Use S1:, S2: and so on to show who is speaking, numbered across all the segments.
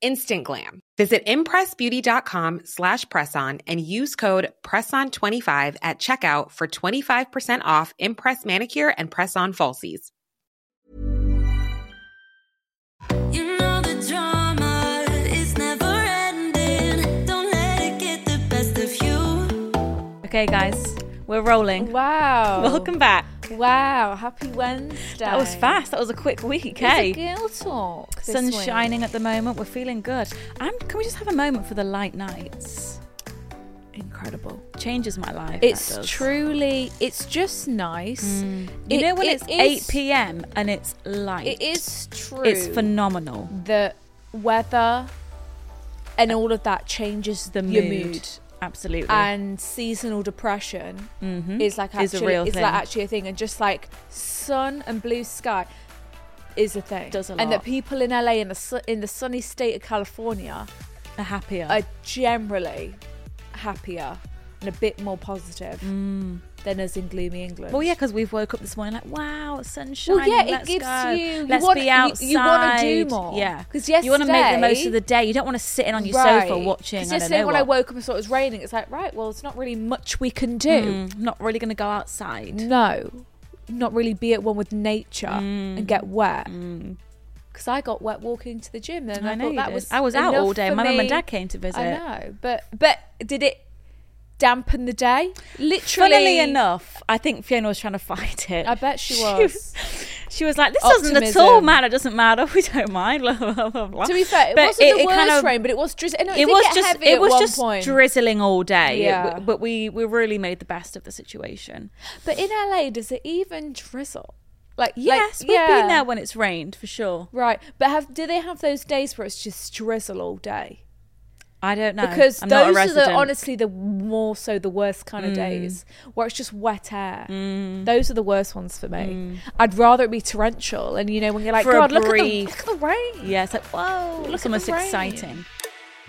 S1: Instant glam. Visit impressbeauty.com slash presson and use code presson25 at checkout for 25% off Impress Manicure and Press On Falsies.
S2: You know the drama is never ending. Don't let it get the best of you.
S3: Okay, guys, we're rolling.
S4: Wow.
S3: Welcome back.
S4: Wow. Happy Wednesday.
S3: That was fast. That was a quick week.
S4: It's
S3: Hey,
S4: a girl talk. This
S3: sun's
S4: week.
S3: shining at the moment. We're feeling good. And can we just have a moment for the light nights? Incredible. Changes my life. that
S4: It's
S3: does. Mm.
S4: truly. It's just nice.
S3: You
S4: It-
S3: know when
S4: it
S3: it's eight
S4: is-
S3: p.m. and it's light.
S4: It is true.
S3: It's phenomenal.
S4: The weather and all of that changes the
S3: Your
S4: mood.
S3: mood. Absolutely.
S4: And seasonal depression is like
S3: Mm-hmm. Is
S4: actually
S3: a real
S4: it's
S3: thing.
S4: like actually a thing, and just like sun and blue sky is a thing.
S3: Does a
S4: And that
S3: lot.
S4: people in LA in the su- in the sunny state of California
S3: A happier.
S4: are generally happier and a bit more positive than us in gloomy England.
S3: Mm. well, yeah, because we've woke up this morning like, wow, sunshine.
S4: Well, yeah,
S3: let's
S4: it gives
S3: go.
S4: you. you
S3: Let's
S4: wanna-
S3: be outside.
S4: You, you want to do more.
S3: Yeah,
S4: because
S3: you want to make the most
S4: yesterday-
S3: of the day. You don't want to sit in on your sofa
S4: Right.
S3: watching.
S4: 'Cause
S3: I don't
S4: yesterday
S3: know
S4: when
S3: what.
S4: I woke up and saw it was raining, it's like right. Well, it's not really much we can do.
S3: Mm, not really going to go outside.
S4: No, not really be at one with nature
S3: Hmm.
S4: and get wet. Because I got wet walking to the gym, and I,
S3: I know
S4: thought
S3: you
S4: that
S3: did.
S4: was
S3: I was out all
S4: enough
S3: day.
S4: for
S3: My mum and
S4: me.
S3: dad came to visit.
S4: I know, but but did it dampen the day? Literally
S3: Funnily enough, I think Fiona was trying to fight it.
S4: I bet she was.
S3: she was like, "This doesn't at all
S4: Optimism.
S3: matter. It doesn't matter. We don't mind." Blah, blah, blah, blah.
S4: To be fair, it
S3: But
S4: wasn't the worst
S3: kind of-
S4: rain, but it was drizzling. No, it,
S3: it
S4: did
S3: was
S4: get
S3: just
S4: heavy
S3: it
S4: at
S3: was
S4: one
S3: just
S4: point.
S3: drizzling all day. It-
S4: Yeah.
S3: but we we really made the best of the situation.
S4: but in LA, does it even drizzle? Like like,
S3: Yes, we've
S4: yeah.
S3: been there when it's rained for sure.
S4: Right, but have do they have those days where it's just drizzle all day?
S3: I don't know
S4: Because
S3: I'm not a
S4: those are the,
S3: resident. Mm.
S4: honestly the more so the worst kind of days where it's just wet air. Those are the worst ones for me. I'd rather it be torrential, and you know when you're like,
S3: Mm. For a
S4: God, look at, the,
S3: brief-
S4: look at the rain.
S3: Yeah, it's like, whoa, look
S4: at
S3: it's almost
S4: the rain.
S3: exciting.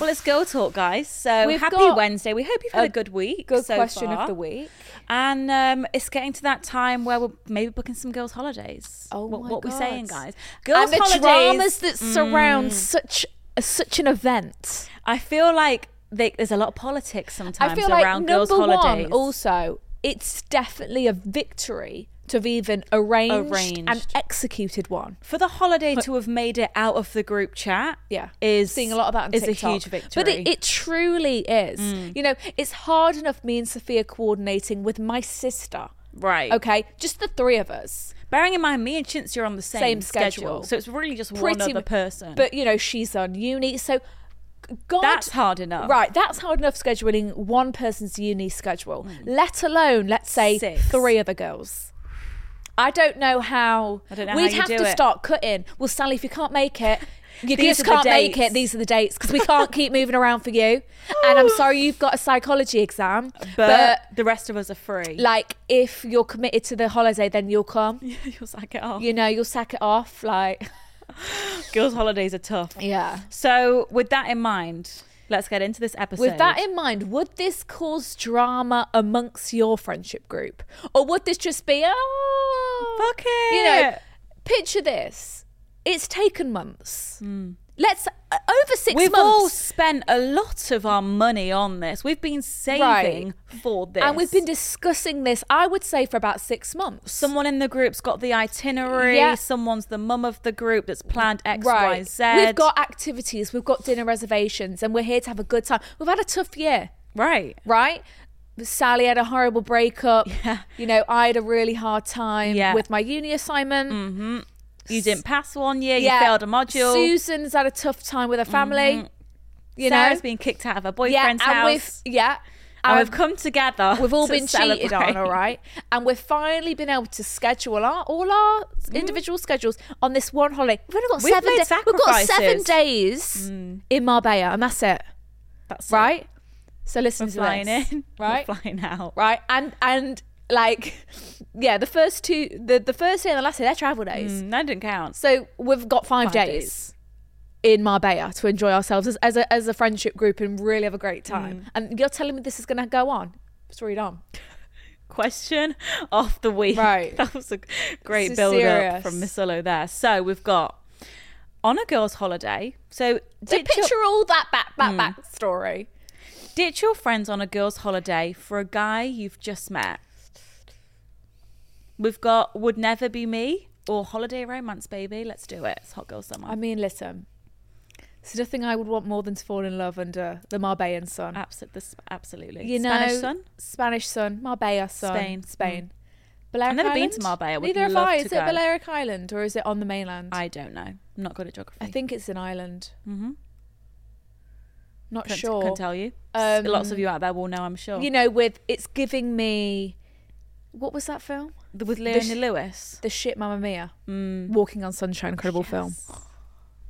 S3: Well, it's girl talk, guys. So
S4: We've
S3: happy
S4: got
S3: Wednesday. We hope you've had a, good week.
S4: Good
S3: so
S4: question
S3: far.
S4: of the week.
S3: And um, it's getting to that time where we're maybe booking some girls' holidays.
S4: Oh
S3: what,
S4: my
S3: what
S4: God.
S3: we saying, guys? Girls'
S4: and the
S3: holidays. mm.
S4: dramas that surround such uh, such an event.
S3: I feel like they, there's a lot of politics sometimes
S4: I feel like
S3: around girls'
S4: number
S3: holidays.
S4: one also, it's definitely a victory to have even arranged, and
S3: Arranged.
S4: executed one.
S3: for the holiday to have made it out of the group chat
S4: Yeah,
S3: is
S4: seeing a lot of that on
S3: is
S4: TikTok.
S3: a huge victory Mm.
S4: But it, it truly is. You know, it's hard enough me and Sophia coordinating with my sister.
S3: right
S4: Okay, just the three of us,
S3: bearing in mind me and Chintzy are on the same,
S4: Same
S3: schedule.
S4: schedule.
S3: so it's really just one
S4: Pretty
S3: other person
S4: But you know, she's on uni, so g- God,
S3: That's hard enough.
S4: Right, that's hard enough scheduling one person's uni schedule, let alone let's say
S3: Hmm. Six.
S4: three other girls. I don't know how.
S3: I don't know how
S4: We'd
S3: you
S4: have
S3: do
S4: to
S3: it.
S4: start cutting. Well, Sally, if you can't make it, you
S3: These
S4: just
S3: are the
S4: can't make
S3: dates.
S4: it. These are the dates because we can't keep moving around for you. And I'm sorry you've got a psychology exam, but,
S3: but, the rest of us are free
S4: like if you're committed to the holiday, then you'll come.
S3: you'll sack it off
S4: You know, you'll sack it off. Like,
S3: girls holidays are tough
S4: yeah.
S3: so with that in mind Let's get into this episode.
S4: With that in mind, would this cause drama amongst your friendship group? Or would this just be, oh,
S3: Fuck
S4: You know,
S3: it.
S4: picture this. It's taken months. Let's, uh, over 6
S3: Hmm. We've all
S4: months.
S3: spent a lot of our money on this. We've been saving
S4: Right.
S3: for this.
S4: and we've been discussing this, I would say, for about six months.
S3: Someone in the group's got the itinerary.
S4: Yeah.
S3: Someone's the mum of the group that's planned X, Y, Z.
S4: We've got activities, we've got dinner reservations, and we're here to have a good time. We've had a tough year,
S3: right.
S4: right? Sally had a horrible breakup.
S3: Yeah.
S4: You know, I had a really hard time
S3: Yeah.
S4: with my uni assignment.
S3: You didn't pass one year.
S4: Yeah.
S3: You failed a module. Mm-hmm.
S4: Susan's had a tough time with her family. You
S3: Sarah's
S4: know,
S3: been kicked out of her
S4: yeah,
S3: boyfriend's
S4: and
S3: house.
S4: we've yeah,
S3: And
S4: and
S3: we've come together.
S4: We've all
S3: to
S4: been cheated on,
S3: celebrate.
S4: all right, and we've finally been able to schedule our all our individual schedules on this one holiday. We've only got
S3: Mm-hmm. We've
S4: seven
S3: made
S4: days. We've got
S3: sacrifices. Mm.
S4: seven days in Marbella, and that's it,
S3: That's it.
S4: right? So listen
S3: We're
S4: to
S3: flying
S4: this,
S3: in.
S4: right?
S3: We're flying out.
S4: right? And and like, yeah, the first two, the the first day and the last day, they're travel days.
S3: Mm, that didn't count.
S4: So we've got five,
S3: Five
S4: days, in Marbella to enjoy ourselves as, as, a, as a friendship group and really have a great
S3: Mm.
S4: time. And you're telling me this is going to go on? Story done.
S3: Question of the week.
S4: Right.
S3: That was a
S4: This
S3: great
S4: is
S3: build up
S4: serious.
S3: from Miss Solo there. So we've got on a girl's holiday. So
S4: So
S3: ditch,
S4: picture
S3: your,
S4: all that back,
S3: Mm.
S4: back, back story.
S3: ditch your friends on a girl's holiday for a guy you've just met. We've got Would Never Be Me or Holiday Romance Baby. Let's do it. It's Hot Girl Summer.
S4: I mean, listen, there's nothing I would want more than to fall in love under the Marbellan sun.
S3: Absol- this, absolutely.
S4: you know,
S3: Uh, Spanish sun?
S4: Spanish sun, Marbella sun, Mm.
S3: Spain. Mm.
S4: Spain. Balearic
S3: I've never been to
S4: Island?
S3: Marbella. Would
S4: Neither have
S3: love
S4: I.
S3: to
S4: Is it
S3: go.
S4: Balearic Island or is it on the mainland?
S3: I don't know. I'm not good at geography.
S4: I think it's an island. Mm-hmm. Not
S3: Couldn't-
S4: sure.
S3: Couldn't tell you. S- Lots of
S4: Um,
S3: you out there will know, I'm sure.
S4: you know, with it's giving me what was that film?
S3: The- with
S4: the
S3: Leona
S4: sh-
S3: Lewis.
S4: The shit Mamma Mia. Walking on Sunshine, incredible film.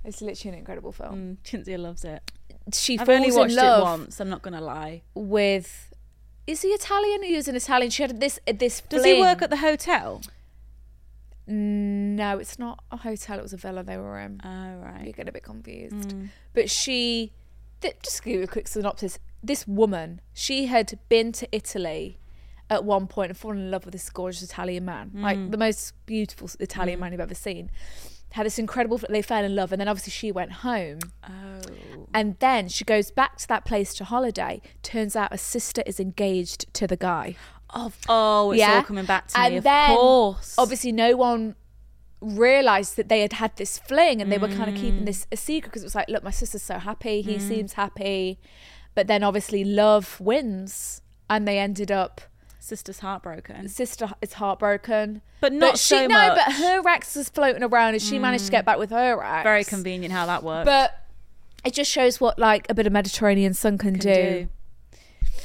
S4: It's literally an incredible film.
S3: Mm, Cinzia loves it.
S4: She
S3: I've
S4: falls
S3: only watched
S4: in
S3: it
S4: love
S3: once. I'm not gonna lie.
S4: with is he Italian? He was an Italian. She had this this
S3: Does he
S4: fling.
S3: work at the hotel?
S4: No, it's not a hotel, it was a villa they were in.
S3: Oh
S4: you
S3: right. Mm.
S4: get a bit confused. But she, th- just give you a quick synopsis. This woman, she had been to Italy at one point and fallen in love with this gorgeous Italian man,
S3: Mm.
S4: like the most beautiful Italian man you've ever seen. Had this incredible, they fell in love, and then obviously she went home.
S3: Oh.
S4: And then she goes back to that place to holiday. Turns out her sister is engaged to the guy.
S3: Oh, oh, it's all coming back to
S4: and
S3: me. Of
S4: then,
S3: course.
S4: Obviously, no one realized that they had had this fling and they were kind of keeping this a secret because it was like, look, my sister's so happy. He
S3: Mm.
S4: seems happy. But then obviously, love wins. And they ended up,
S3: Sister's heartbroken.
S4: sister is heartbroken.
S3: But not
S4: she,
S3: so
S4: No, but
S3: much. Mm.
S4: her ex is floating around and she managed to get back with her ex.
S3: Very convenient how that works.
S4: But it just shows what like a bit of Mediterranean sun can,
S3: Can
S4: do.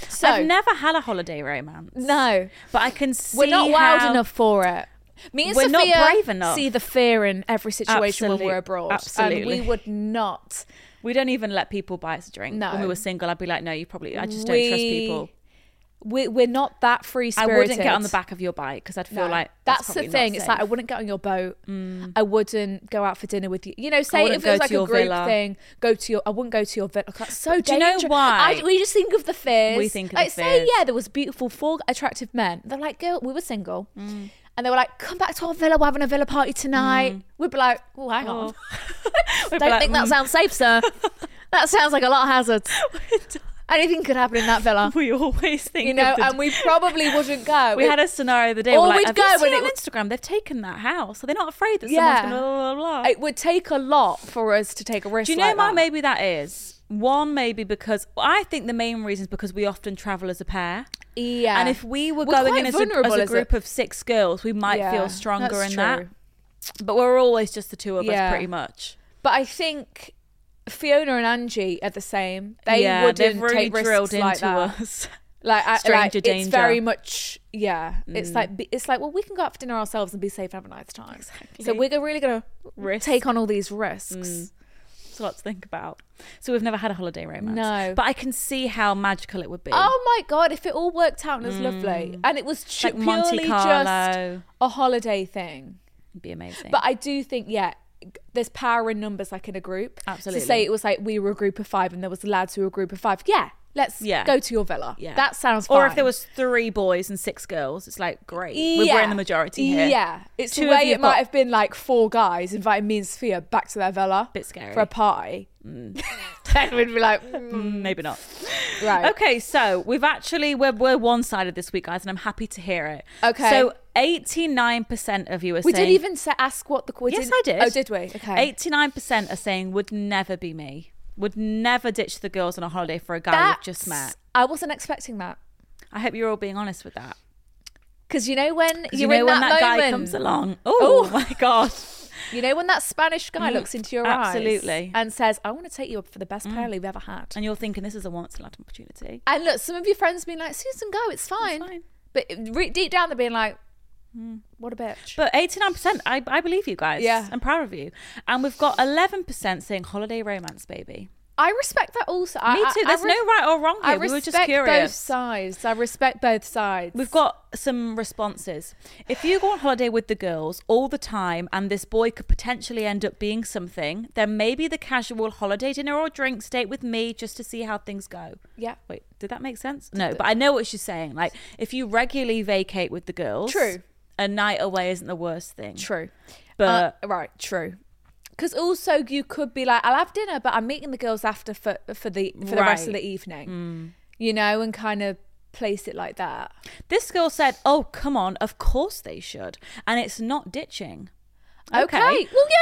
S4: So,
S3: I've never had a holiday romance.
S4: no.
S3: But I can see
S4: we're not
S3: how
S4: wild enough for it. Me and
S3: We're not
S4: Sophia
S3: brave enough.
S4: see the fear in every situation when
S3: Absolute-
S4: we're abroad, and we
S3: absolutely.
S4: would not.
S3: We don't even let people buy us a drink.
S4: No.
S3: When we were single, I'd be like, no, you probably, I just don't
S4: we,
S3: trust people.
S4: We, we're not that free
S3: I
S4: spirited.
S3: wouldn't get on the back of your bike because I'd feel like that's,
S4: that's, the
S3: probably not
S4: thing. It's like I
S3: safe. Mm.
S4: wouldn't get on your boat. I wouldn't go out for dinner with you. You know, say
S3: wouldn't
S4: if it was
S3: go
S4: like
S3: to
S4: a
S3: your
S4: group
S3: villa.
S4: thing, go to your. I wouldn't go to your villa. That's so
S3: do you know
S4: dangerous.
S3: why?
S4: I, we just think of the fears.
S3: We think of the
S4: like, say
S3: fears.
S4: yeah, there was beautiful four attractive men. They're like, girl, we were single,
S3: Mm.
S4: and they were like, come back to our villa. We're having a villa party tonight. We'd be like, oh, hang on.
S3: We'd be
S4: Don't
S3: like,
S4: think that
S3: "Mm,
S4: sounds safe, sir. that sounds like a lot of hazards. Anything could happen in that villa.
S3: We always think,
S4: You know,
S3: of the-
S4: and we probably wouldn't go.
S3: we had a scenario the day.
S4: Or
S3: we're like,
S4: we'd
S3: "Have
S4: go
S3: you seen
S4: and
S3: on
S4: it-
S3: Instagram? They've taken that house, so they're not afraid that
S4: Yeah.
S3: someone's going to blah blah blah."
S4: It would take a lot for us to take a risk.
S3: Do you know
S4: like
S3: why
S4: that.
S3: maybe that is? One maybe because I think the main reason is because we often travel as a pair.
S4: Yeah.
S3: And if we were,
S4: We're
S3: going
S4: quite
S3: in as a,
S4: vulnerable
S3: as a
S4: as a-
S3: group of six girls, we might
S4: Yeah,
S3: feel stronger
S4: that's
S3: in that.
S4: true.
S3: But we're always just the two of
S4: Yeah.
S3: us, pretty much.
S4: But I think Fiona and Angie are the same. They
S3: yeah,
S4: wouldn't
S3: they've really
S4: take
S3: drilled
S4: risks like
S3: into
S4: that.
S3: us.
S4: Like, I, like,
S3: Stranger
S4: It's
S3: danger. Mm.
S4: very much yeah. It's like be- it's like well, we can go out for dinner ourselves and be safe and have a nice time. Exactly. So we're go- really gonna
S3: Risk.
S4: take on all these risks.
S3: Mm. It's a lot to think about. So we've never had a holiday romance.
S4: No.
S3: But I can see how magical it would be.
S4: Oh my god! If it all worked out and it was lovely, and it was ju-
S3: Mm. Like Monte
S4: purely
S3: Carlo.
S4: just a holiday thing.
S3: It'd be amazing.
S4: But I do think, yeah, there's power in numbers, like in a group.
S3: Absolutely.
S4: To say it was like we were a group of five and there was lads who were a group of five. Yeah, let's
S3: Yeah.
S4: go to your villa.
S3: Yeah.
S4: that sounds.
S3: Or if
S4: fine.
S3: there was three boys and six girls, it's like great. We're- We're in the majority here.
S4: Yeah, it's
S3: Two
S4: the
S3: of
S4: way
S3: you
S4: it might
S3: got-
S4: have been like four guys inviting me and Sophia back to their villa.
S3: Bit scary. Mm.
S4: for a party. then we'd be like, mm,
S3: Maybe not.
S4: right,
S3: Okay, so we've actually we're we're one sided this week, guys, and I'm happy to hear it.
S4: Okay.
S3: So eighty nine percent of you are
S4: We
S3: saying
S4: did even sa- ask what the. we
S3: Yes,
S4: didn't-
S3: I did.
S4: Oh, did we? Okay.
S3: Eighty nine percent are saying would never be me. Would never ditch the girls on a holiday for a guy
S4: That's-
S3: you've just met.
S4: I wasn't expecting that
S3: I hope you're all being honest with that.
S4: because you know when
S3: 'Cause
S4: you're
S3: you know
S4: in
S3: when that,
S4: that,
S3: guy
S4: moment,
S3: comes along. Oh
S4: Ooh.
S3: my god.
S4: you know when that Spanish guy
S3: Mm,
S4: looks into your
S3: absolutely. Mm.
S4: eyes and says, "I want to take you up for the best paella we've ever had."
S3: And you're thinking this is a once in a lifetime opportunity.
S4: And look, some of your friends being like, "Susan, go, it's fine,",
S3: fine. Mm.
S4: but re- deep down they're being like, "What a bitch."
S3: But 89%, I, I believe you guys.
S4: Yeah.
S3: I'm proud of you. And we've got 11% saying holiday romance, baby.
S4: I respect that also. I,
S3: Me
S4: I-
S3: too.
S4: I
S3: There's
S4: re-
S3: no right or wrong
S4: I
S3: here. We were just
S4: respect both
S3: curious.
S4: sides. I respect both sides.
S3: We've got some responses. If you go on holiday with the girls all the time and this boy could potentially end up being something, then maybe the casual holiday dinner or drinks date with me just to see how things go.
S4: yeah.
S3: Wait, did that make sense? No, but I know what she's saying. Like, if you regularly vacate with the girls,
S4: True.
S3: a night away isn't the worst thing.
S4: True.
S3: But
S4: Uh, right, true. Because also you could be like, I'll have dinner, but I'm meeting the girls after for for the for the rest of
S3: Right. Mm.
S4: the evening, you know, and kind of place it like that.
S3: This girl said, "Oh, come on! Of course they should, and it's not ditching."
S4: Okay. Well,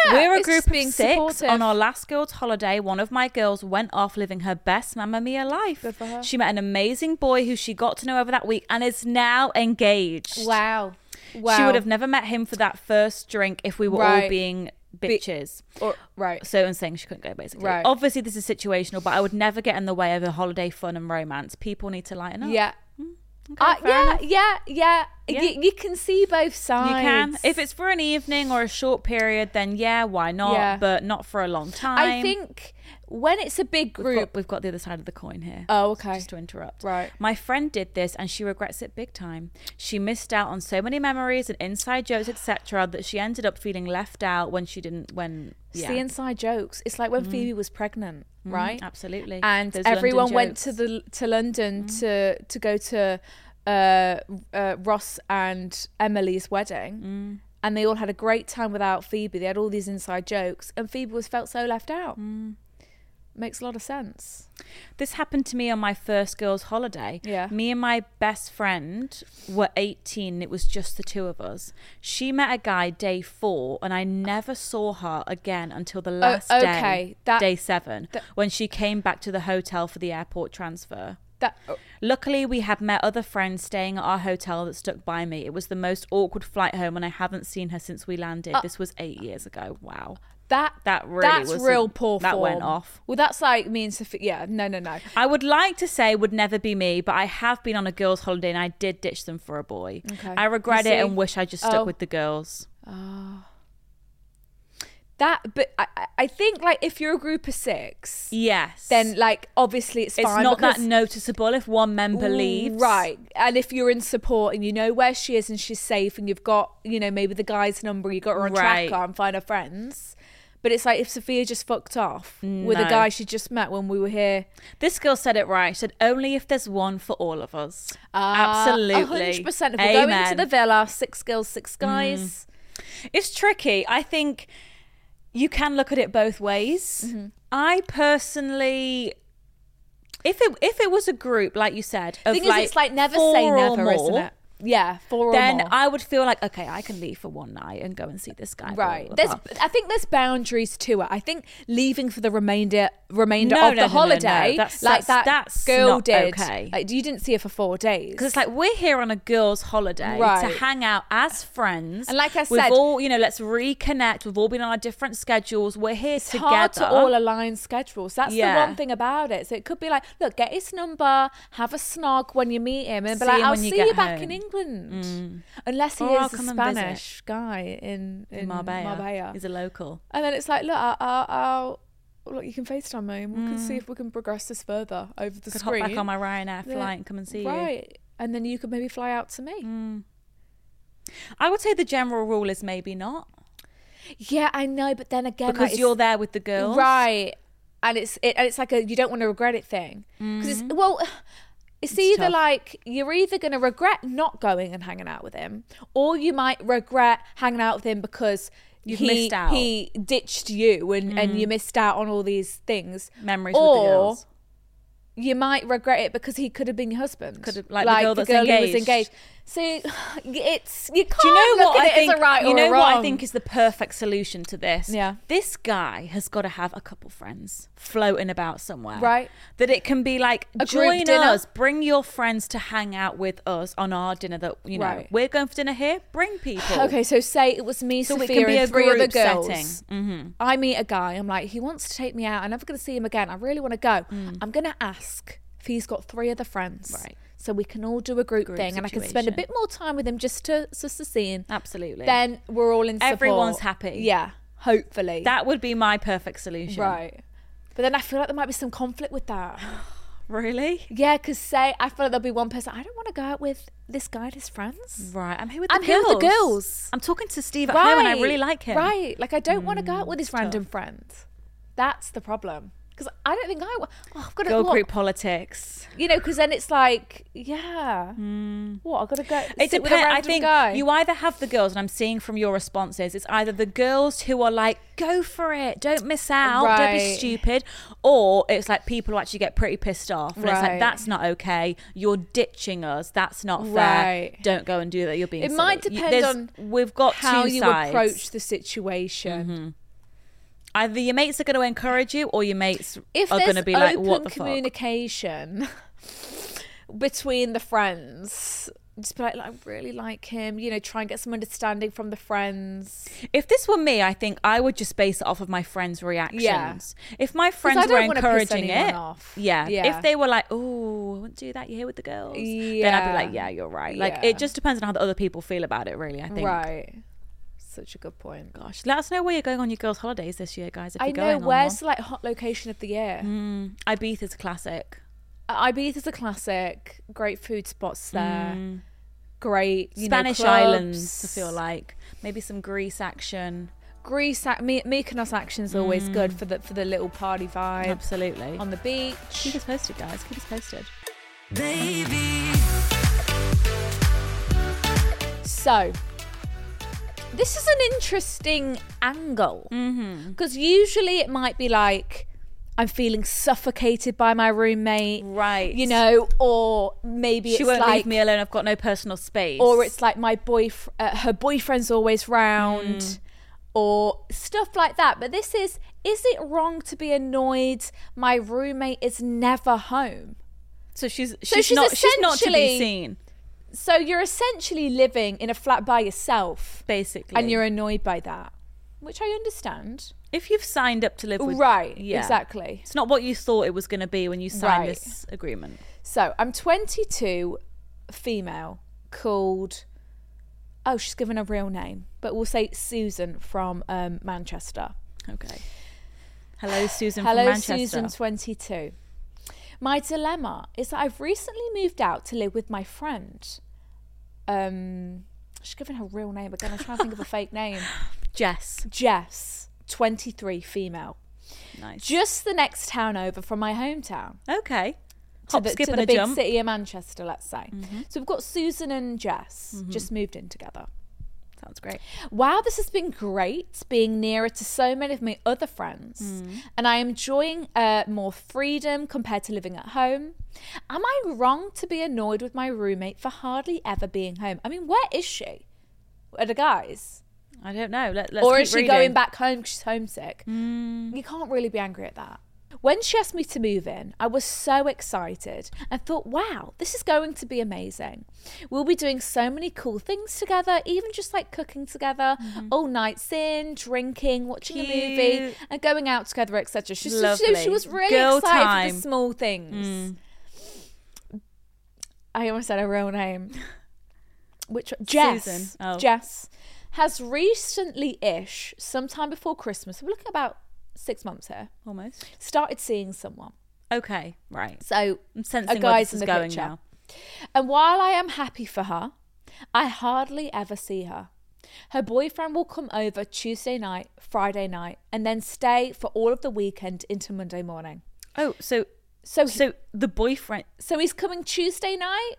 S4: yeah,
S3: We're a
S4: it's
S3: group
S4: just being
S3: of six.
S4: supportive.
S3: On our last girls' holiday, one of my girls went off living her best Mamma Mia life.
S4: Good for her.
S3: She met an amazing boy who she got to know over that week and is now engaged.
S4: Wow. Wow.
S3: She would have never met him for that first drink if we were all
S4: Right.
S3: being bitches.
S4: Or, right.
S3: so and saying she couldn't go basically.
S4: Right.
S3: Obviously, this is situational, but I would never get in the way of a holiday fun and romance. People need to lighten up.
S4: Yeah. Oh. Uh,
S3: fair
S4: yeah,
S3: enough.
S4: yeah, yeah,
S3: Yeah.
S4: Y- you can see both sides.
S3: You can. If it's for an evening or a short period, then yeah, why not?
S4: Yeah.
S3: But not for a long time.
S4: I think when it's a big
S3: we've
S4: group.
S3: got, we've got the other side of the coin here.
S4: Oh, okay.
S3: Just to interrupt.
S4: Right.
S3: My friend did this and she regrets it big time. She missed out on so many memories and inside jokes, etc., that she ended up feeling left out when she didn't. When
S4: It's
S3: yeah, Mm.
S4: the inside jokes. It's like when Phoebe was pregnant, right?
S3: absolutely.
S4: And
S3: Those London
S4: everyone went to
S3: jokes. Mm.
S4: the to London to to go to uh, uh, Ross and Emily's
S3: Mm.
S4: wedding, and they all had a great time without Phoebe. They had all these inside jokes, and Phoebe was felt so left out.
S3: Mm.
S4: Makes a lot of sense.
S3: This happened to me on my first girls' holiday.
S4: Yeah.
S3: Me and my best friend were 18. It was just the two of us. She met a guy day four, and I never saw her again until the last day,
S4: Oh, okay. That-
S3: day seven,
S4: that-
S3: when she came back to the hotel for the airport transfer.
S4: That uh,
S3: Luckily, we had met other friends staying at our hotel that stuck by me. It was the most awkward flight home, and I haven't seen her since we landed.
S4: Uh,
S3: this was eight years ago. Wow.
S4: that
S3: That really
S4: that's
S3: was a-
S4: real poor
S3: that went
S4: form.
S3: off.
S4: Well, that's like me and Sophie. Yeah, no, no, no.
S3: I would like to say would never be me, but I have been on a girls' holiday and I did ditch them for a boy.
S4: Okay.
S3: I regret
S4: You
S3: it
S4: see?
S3: and wish I just stuck
S4: Oh.
S3: with the girls.
S4: That, but I, I- I think like if you're a group of six,
S3: Yes.
S4: then like obviously it's,
S3: it's
S4: fine
S3: not that
S4: because-
S3: noticeable if one member leaves.
S4: Right. And if you're in support and you know where she is and she's safe and you've got, you know, maybe the guy's number, you got her on
S3: Right.
S4: tracker and find her friends. But it's like if Sophia just fucked off with
S3: No.
S4: a guy she just met when we were here.
S3: This girl said it right. She said only if there's one for all of us.
S4: Uh,
S3: Absolutely.
S4: 100%. If we're going to
S3: Amen. Mm.
S4: the villa, six girls, six guys.
S3: It's tricky. I think you can look at it both ways.
S4: Mm-hmm.
S3: I personally, if it if it was a group, like you said,
S4: The
S3: of
S4: thing
S3: like
S4: is, it's like never
S3: four
S4: say
S3: or
S4: never, isn't
S3: more,
S4: it? Yeah, four or
S3: Then
S4: more.
S3: I would feel like okay, I can leave for one night and go and see this guy. blah,
S4: Right.
S3: blah,
S4: There's,
S3: blah.
S4: I think there's boundaries to it. I think leaving for the remainder remainder
S3: No,
S4: of
S3: no, no, no,
S4: the
S3: no.
S4: holiday,
S3: That's-
S4: like
S3: that's-
S4: that
S3: that's
S4: girl
S3: not
S4: did.
S3: okay.
S4: Like, you didn't see her for four days.
S3: Because it's like we're here on a girls' holiday to
S4: Right.
S3: hang out as friends,
S4: And like I
S3: we've
S4: said-
S3: all you know, let's reconnect. We've all been on our different schedules. We're here
S4: it's
S3: together.
S4: hard to all align schedules. That's
S3: Yeah.
S4: the one thing about it. So it could be like, look, get his number, have a snog when you meet him, and
S3: See
S4: be like,
S3: him
S4: I'll
S3: when you
S4: see
S3: get
S4: you, back in
S3: home." Mm.
S4: England, unless he
S3: Or I'll
S4: is a
S3: come and visit.
S4: Spanish guy in, in
S3: in Marbella.
S4: Marbella.
S3: He's a local.
S4: And then it's like, look, I'll, I'll, I'll look, you can FaceTime me, and we can see if we can progress this further over the
S3: Mm. Could hop
S4: screen.
S3: back on my Ryanair
S4: Yeah.
S3: flight and come and see you. Mm.
S4: Right. And then you could maybe fly out to me.
S3: I would say the general rule is maybe not.
S4: Yeah, I know, but then again,
S3: because
S4: like,
S3: you're
S4: it's-
S3: there with the girls.
S4: right? And it's it, and it's like a you don't want to regret it thing because it's well, it's,
S3: Mm.
S4: either
S3: tough.
S4: like you're either going to regret not going and hanging out with him, or you might regret hanging out with him because.
S3: You've
S4: he,
S3: missed out. Mm.
S4: He ditched you, and, and you missed out on all these things.
S3: Memories
S4: or
S3: with the girls.
S4: you might regret it because he could have been your husband.
S3: Could have- like the girl that's
S4: who was
S3: engaged.
S4: engaged. So it's you can't
S3: Do you know
S4: look
S3: what
S4: at
S3: I
S4: it
S3: think?
S4: as a right
S3: you
S4: or
S3: know
S4: a
S3: what I
S4: wrong.
S3: think is the perfect solution to this.
S4: Yeah.
S3: this guy has got to have a couple friends floating about somewhere,
S4: Right.
S3: That it can be like
S4: A group
S3: join
S4: dinner.
S3: us, bring your friends to hang out with us on our dinner. That you know
S4: Right.
S3: we're going for dinner here. Bring people.
S4: Okay, so say it was me,
S3: So it
S4: Sophia,
S3: can be
S4: and
S3: a
S4: three other
S3: group
S4: girls.
S3: setting. Mm-hmm.
S4: I meet a guy. I'm like, he wants to take me out. I'm never going to see him again. I really want to go. I'm going to ask if he's got three other friends,
S3: Mm. Right.
S4: So we can all do a group,
S3: Group
S4: thing, and I can spend a
S3: situation.
S4: bit more time with him just to just to see him.
S3: Absolutely.
S4: Then we're all in. Support.
S3: Everyone's happy.
S4: Yeah, hopefully.
S3: that would be my perfect solution.
S4: right. But then I feel like there might be some conflict with that.
S3: Really?
S4: Yeah, because say I feel like there'll be one person I don't want to go out with this guy and his friends.
S3: Right. I'm here with the
S4: I'm here
S3: girls.
S4: with the girls.
S3: I'm talking to Steve at home, and I really like him. Mm,
S4: Right, like I don't want to go out with his random friends. That's the problem. Because I don't think I. wa- Oh, I've got to
S3: Girl
S4: what,
S3: group politics.
S4: You know, because then it's like, yeah, what I've got to go.
S3: Mm. It
S4: sit with a
S3: depends. I
S4: random
S3: think
S4: guy.
S3: you either have the girls, and I'm seeing from your responses, it's either the girls who are like, "Go for it, don't miss out, don't be
S4: Right.
S3: stupid," or it's like people who actually get pretty pissed off, and it's like,
S4: Right.
S3: "That's not okay. You're ditching us. That's not fair.
S4: Right.
S3: Don't go and do that. You're being."
S4: It
S3: silly."
S4: might
S3: You-
S4: depend
S3: there's-
S4: on
S3: we've got
S4: how
S3: two
S4: you
S3: sides. Mm-hmm.
S4: approach the situation.
S3: Either your mates are going to encourage you, or your mates
S4: If
S3: are
S4: there's
S3: going to be like,
S4: open
S3: "What the fuck?"
S4: communication between the friends. Just be like, I really like him. You know, try and get some understanding from the friends.
S3: If this were me, I think I would just base it off of my friends' reactions. If my
S4: I
S3: friends were
S4: don't wanna piss
S3: encouraging
S4: anyone
S3: it,
S4: off.
S3: Yeah.
S4: Yeah.
S3: If they were like, "Oh, I wouldn't do that," you're here with the girls. Then I'd be like,
S4: Yeah.
S3: "Yeah, you're right." Like
S4: Yeah.
S3: it just depends on how the other people feel about it, really. I think.
S4: Right. Such a good point. Gosh.
S3: Let us know where you're going on your girls' holidays this year, guys. If
S4: I
S3: you're
S4: know.
S3: going
S4: Where's
S3: on
S4: the like hot location of the year?
S3: one. Mm, Ibiza's classic.
S4: Uh, Ibiza's a classic. Great food spots there. Great you know,
S3: Mm. Spanish
S4: clubs.
S3: islands. I feel like maybe some Greece action.
S4: Greece. ac- My- Mykonos action's always good for the for the little party vibe
S3: Mm. Absolutely. Um,
S4: on the beach.
S3: Keep us posted, guys. Keep us posted.
S2: Baby,
S4: So, this is an interesting angle
S3: Mm-hmm.
S4: because usually it might be like, I'm feeling suffocated by my roommate,
S3: Right.
S4: You know, or maybe
S3: she
S4: it's
S3: won't
S4: like,
S3: leave me alone. I've got no personal space.
S4: or it's like my boyfriend, uh, her boyfriend's always round,
S3: Hmm.
S4: or stuff like that. But this is, is it wrong to be annoyed? My roommate is never home.
S3: so she's she's,
S4: she's
S3: not she's not to be
S4: essentially-
S3: seen.
S4: So you're essentially living in a flat by yourself.
S3: basically.
S4: and you're annoyed by that, which I understand.
S3: if you've signed up to live with
S4: right,
S3: yeah.
S4: exactly.
S3: It's not what you thought it was going to be when you signed
S4: Right.
S3: this agreement.
S4: So I'm 22, female, called. Oh, she's given a real name, but we'll say Susan from um, Manchester.
S3: Okay. Hello, Susan
S4: Hello,
S3: from Manchester.
S4: Susan, 22. My dilemma is that I've recently moved out to live with my friend. Um, she's given her real name again. I'm trying to think of a fake name.
S3: Jess.
S4: Jess, 23, female.
S3: Nice.
S4: Just the next town over from my hometown.
S3: okay.
S4: to
S3: Hop,
S4: the,
S3: skip,
S4: to
S3: and
S4: the
S3: a
S4: big
S3: jump. Mm-hmm.
S4: city of Manchester, let's say. So we've got Susan and Jess just moved in together.
S3: Sounds great.
S4: Wow, this has been great being nearer to so many of my other friends, and I am enjoying uh, more freedom compared to living at home. Am I wrong to be annoyed with my roommate for hardly ever being home? I mean, where is she? At the guys,
S3: I don't know. Let, let's
S4: or
S3: keep
S4: is she
S3: reading. Mm.
S4: going back home because she's homesick? You can't really be angry at that. When she asked me to move in, I was so excited and thought, wow, this is going to be amazing. We'll be doing so many cool things together, even just like cooking together, all nights in, drinking, watching a movie,
S3: Mm-hmm. Cute.
S4: and going out together, etc. She, so- so
S3: Lovely.
S4: she was really
S3: Girl
S4: excited for
S3: time. Mm.
S4: the small things. I almost said her real name. Which Jess?
S3: Susan. Oh.
S4: Jess has recently-ish, sometime before Christmas. We're looking at about six months here.
S3: Almost.
S4: Started seeing someone.
S3: Okay. Right.
S4: So
S3: I'm sensing where
S4: guy's
S3: this
S4: in
S3: is
S4: the
S3: going
S4: picture.
S3: now.
S4: And while I am happy for her, I hardly ever see her. Her boyfriend will come over Tuesday night, Friday night, and then stay for all of the weekend into Monday morning.
S3: Oh, so
S4: So he-
S3: so the boyfriend.
S4: so he's coming Tuesday night,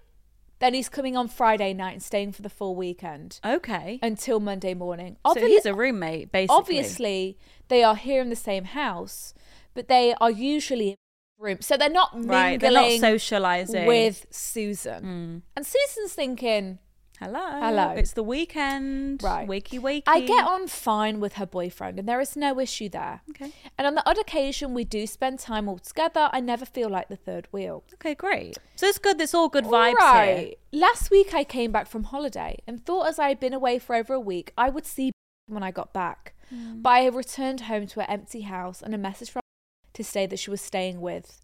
S4: then he's coming on Friday night and staying for the full weekend
S3: Okay.
S4: until Monday morning.
S3: so he's a roommate, basically.
S4: obviously they are here in the same house, but they are usually room. So they're not mingling
S3: Right. They're not Hmm. socializing.
S4: with Susan. And Susan's thinking,
S3: hello,
S4: Hello.
S3: It's the weekend.
S4: Right.
S3: Wakey wakey.
S4: I get on fine with her boyfriend, and there is no issue there.
S3: Okay.
S4: And on the odd occasion we do spend time all together, I never feel like the third wheel.
S3: Okay, great. So it's good. There's all good vibes here.
S4: Right. Last week I came back from holiday and thought as I had been away for over a week, I would see when I got back.
S3: Mm.
S4: But I had returned home to an empty house and a message from to say that she was staying with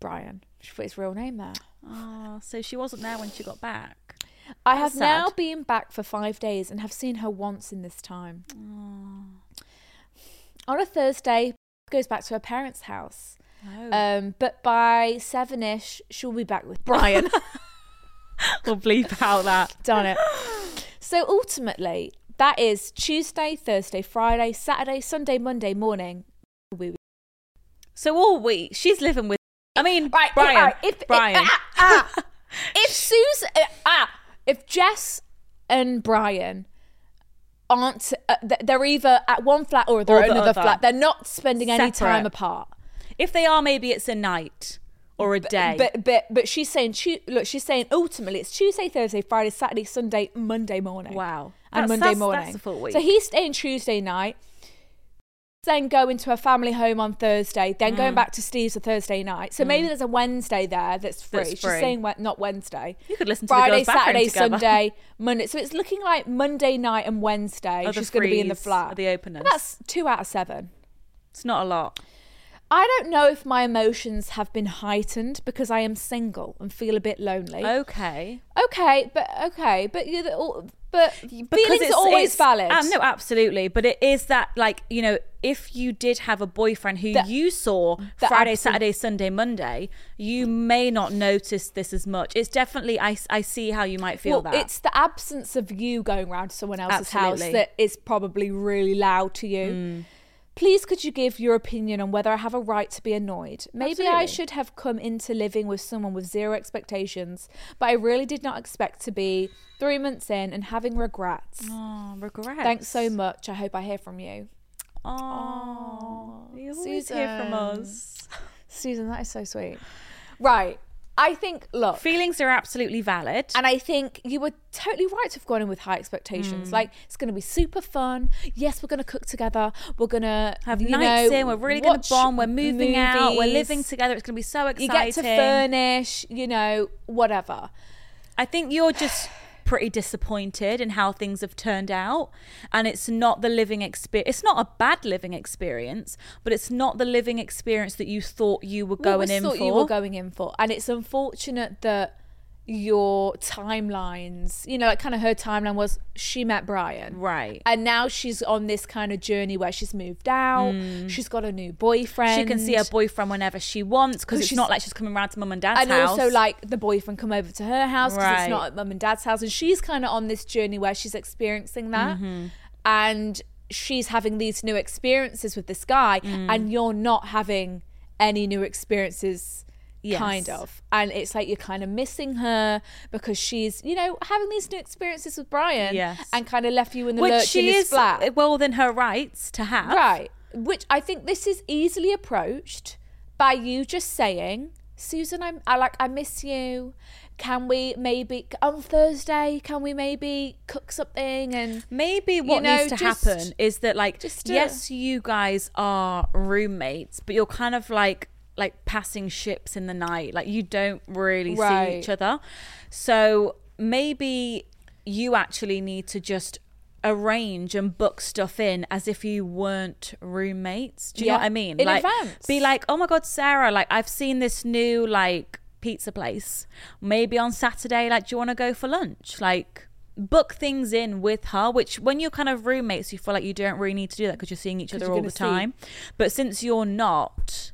S4: Brian. She put his real name there.
S3: Oh, so she wasn't there when she got back.
S4: I have
S3: That's
S4: now
S3: sad.
S4: been back for five days and have seen her once in this time. On a Thursday, goes back to her parents' house. Um, but by seven ish, she'll be back with Brian.
S3: We'll bleep out that.
S4: Darn it. So ultimately, that is Tuesday, Thursday, Friday, Saturday, Sunday, Monday morning.
S3: So all week she's living with. I mean,
S4: Right,
S3: Brian.
S4: right, if-
S3: Brian.
S4: ah, ah. If Susan, uh, ah, if Jess and Brian aren't, uh, th- they're either at one flat or they're
S3: Or
S4: at
S3: the
S4: another
S3: other.
S4: flat. They're not spending any time
S3: Separate.
S4: apart.
S3: if they are, maybe it's a night or a day.
S4: But but but she's saying, tu- look, she's saying ultimately it's Tuesday, Thursday, Friday, Saturday, Sunday, Monday morning.
S3: Wow.
S4: and
S3: That's-
S4: Monday
S3: that's-
S4: morning.
S3: that's a full
S4: So
S3: week.
S4: he's staying Tuesday night, then going to her family home on Thursday, then
S3: Mm.
S4: going back to Steve's on Thursday night. So maybe there's a Wednesday there that's free.
S3: That's
S4: She's
S3: free.
S4: saying we- not Wednesday.
S3: You could listen to the
S4: Friday,
S3: girls' bathroom
S4: Saturday,
S3: together.
S4: Sunday, Monday. So it's looking like Monday night and Wednesday
S3: Are the
S4: she's going to be in the
S3: frees,
S4: flat.
S3: are the openers.
S4: And that's two out of seven.
S3: it's not a lot.
S4: I don't know if my emotions have been heightened because I am single and feel a bit lonely.
S3: Oh. Okay.
S4: Okay, but okay, but you but feelings
S3: it's-
S4: are always
S3: it's-
S4: valid.
S3: Um, no, absolutely. But it is that, like, you know, if you did have a boyfriend who
S4: The-
S3: you saw
S4: the
S3: Friday,
S4: absolute-
S3: Saturday, Sunday, Monday, you may not notice this as much. It's definitely, I, I see how you might feel
S4: well,
S3: that.
S4: It's the absence of you going round to someone else's house
S3: Absolutely. Mm.
S4: that is probably really loud to you. Please, could you give your opinion on whether I have a right to be annoyed? Maybe I
S3: Absolutely.
S4: should have come into living with someone with zero expectations, but I really did not expect to be three months in and having regrets.
S3: oh, regrets.
S4: Thanks so much. I hope I hear from you.
S3: Oh, you always hear from us.
S4: Susan, that is so sweet. Right. I think, look.
S3: Feelings are absolutely valid.
S4: And I think you were totally right to have gone in with high
S3: Mm.
S4: expectations. Like it's going to be super fun. Yes, we're going to cook together. We're going to
S3: have nights in. We're really going to bond. We're moving out. We're living together. It's going to be so
S4: You
S3: exciting.
S4: get to furnish. You know, whatever.
S3: I think you're just pretty disappointed in how things have turned out and it's not the living experience it's not a bad living experience but it's not the living experience that you thought you were
S4: what
S3: going
S4: we
S3: in
S4: thought
S3: for
S4: you were going in for, and it's unfortunate that your timelines. You know, like kind of her timeline was she met Brian,
S3: right
S4: And now she's on this kind of journey where she's moved out. She's got a new boyfriend.
S3: Mm. she can see her boyfriend whenever she wants because
S4: 'Cause
S3: it's
S4: she's-
S3: not like she's coming round to mum and dad's
S4: and
S3: house
S4: also like the boyfriend come over to her house because it's
S3: Right.
S4: not at mum and dad's house and she's kind of on this journey where she's experiencing that
S3: Mm-hmm.
S4: and she's having these new experiences with this guy
S3: Mm.
S4: and you're not having any new experiences
S3: Yes.
S4: kind of and it's like you're kind of missing her because she's you know having these new experiences with brian
S3: Yes.
S4: and kind of left you in the
S3: which
S4: lurch in
S3: she
S4: this
S3: is eh,
S4: flat
S3: well within her rights to have
S4: Right. Which I think this is easily approached by you just saying, Susan, I'm I like I miss you. Can we maybe on Thursday? Can we maybe cook something? And
S3: Maybe what
S4: know,
S3: needs to
S4: just-
S3: happen is that like
S4: just, uh,
S3: yes, you guys are roommates, but you're kind of like like passing ships in the night. Like you don't really see
S4: Right.
S3: each other. So maybe you actually need to just arrange and book stuff in as if you weren't roommates. Do you know
S4: Yeah.
S3: what I mean?
S4: In
S3: like
S4: advance.
S3: be like, "Oh my god, Sarah, like I've seen this new like pizza place. Maybe on Saturday like do you want to go for lunch?" Like book things in with her which when you're kind of roommates you feel like you don't really need to do that because you're seeing each other
S4: you're
S3: all
S4: gonna
S3: the
S4: see.
S3: time but since you're not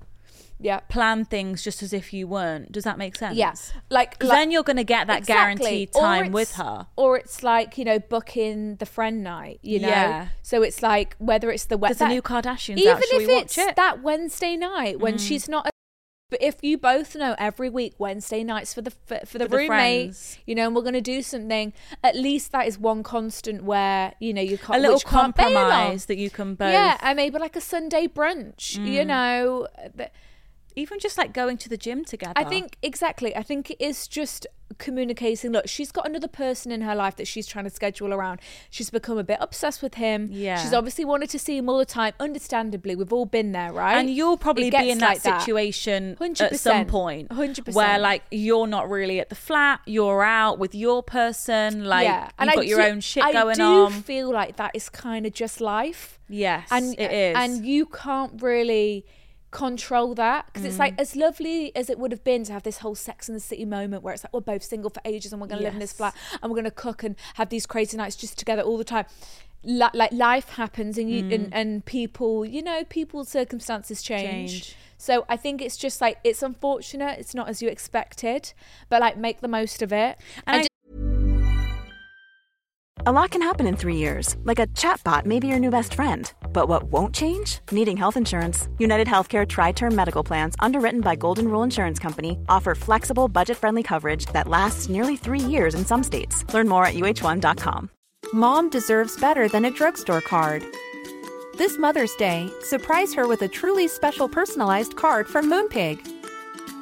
S4: Yeah.
S3: plan things just as if you weren't. Does that make sense?
S4: Yeah. Like,
S3: Because
S4: like-
S3: then you're going to get that
S4: Exactly.
S3: guaranteed
S4: Or
S3: time with
S4: it's-
S3: her.
S4: Or it's like, you know, booking the friend night, you know?
S3: Yeah.
S4: So it's like whether it's the
S3: There's
S4: that-
S3: a new Kardashians
S4: Even
S3: out. Shall
S4: if
S3: we watch
S4: it's
S3: it? Mm.
S4: that Wednesday night when she's not but if you both know every week Wednesday nights for the for, for the
S3: For the
S4: roommate,
S3: friends.
S4: you know, and we're going to do something. At least that is one constant where you know you
S3: a
S4: can't
S3: little
S4: which you can't bail on.
S3: compromise that you can both. Mm.
S4: Yeah, and maybe like a Sunday brunch. You know, th-
S3: even just like going to the gym together.
S4: I think exactly. I think it is just communicating. Look, she's got another person in her life that she's trying to schedule around. She's become a bit obsessed with him.
S3: Yeah.
S4: she's obviously wanted to see him all the time. Understandably, we've all been there, right?
S3: And you'll probably be
S4: It gets
S3: in that
S4: like
S3: situation at some
S4: 100%.
S3: point
S4: 100%.
S3: where like you're not really at the flat, you're out with your person, like you've
S4: I
S3: got your
S4: do-
S3: own shit
S4: I
S3: going
S4: do
S3: on.
S4: feel like that is kind of just life.
S3: yes,
S4: and
S3: it is.
S4: and you can't really control that because it's
S3: Mm.
S4: like as lovely as it would have been to have this whole sex in the city moment where it's like we're both single for ages and we're going to live in this
S3: Yes.
S4: flat and we're going to cook and have these crazy nights just together all the time Li- like life happens and you and,
S3: Mm.
S4: and people you know people's circumstances change.
S3: Change.
S4: so i think it's just like it's unfortunate it's not as you expected but like make the most of it
S3: And I-
S5: A lot can happen in three years, like a chatbot may be your new best friend. But what won't change? Needing health insurance. United Healthcare Tri Term Medical Plans, underwritten by Golden Rule Insurance Company, offer flexible, budget friendly coverage that lasts nearly three years in some states. Learn more at uh1.com.
S6: Mom deserves better than a drugstore card. This Mother's Day, surprise her with a truly special personalized card from Moonpig.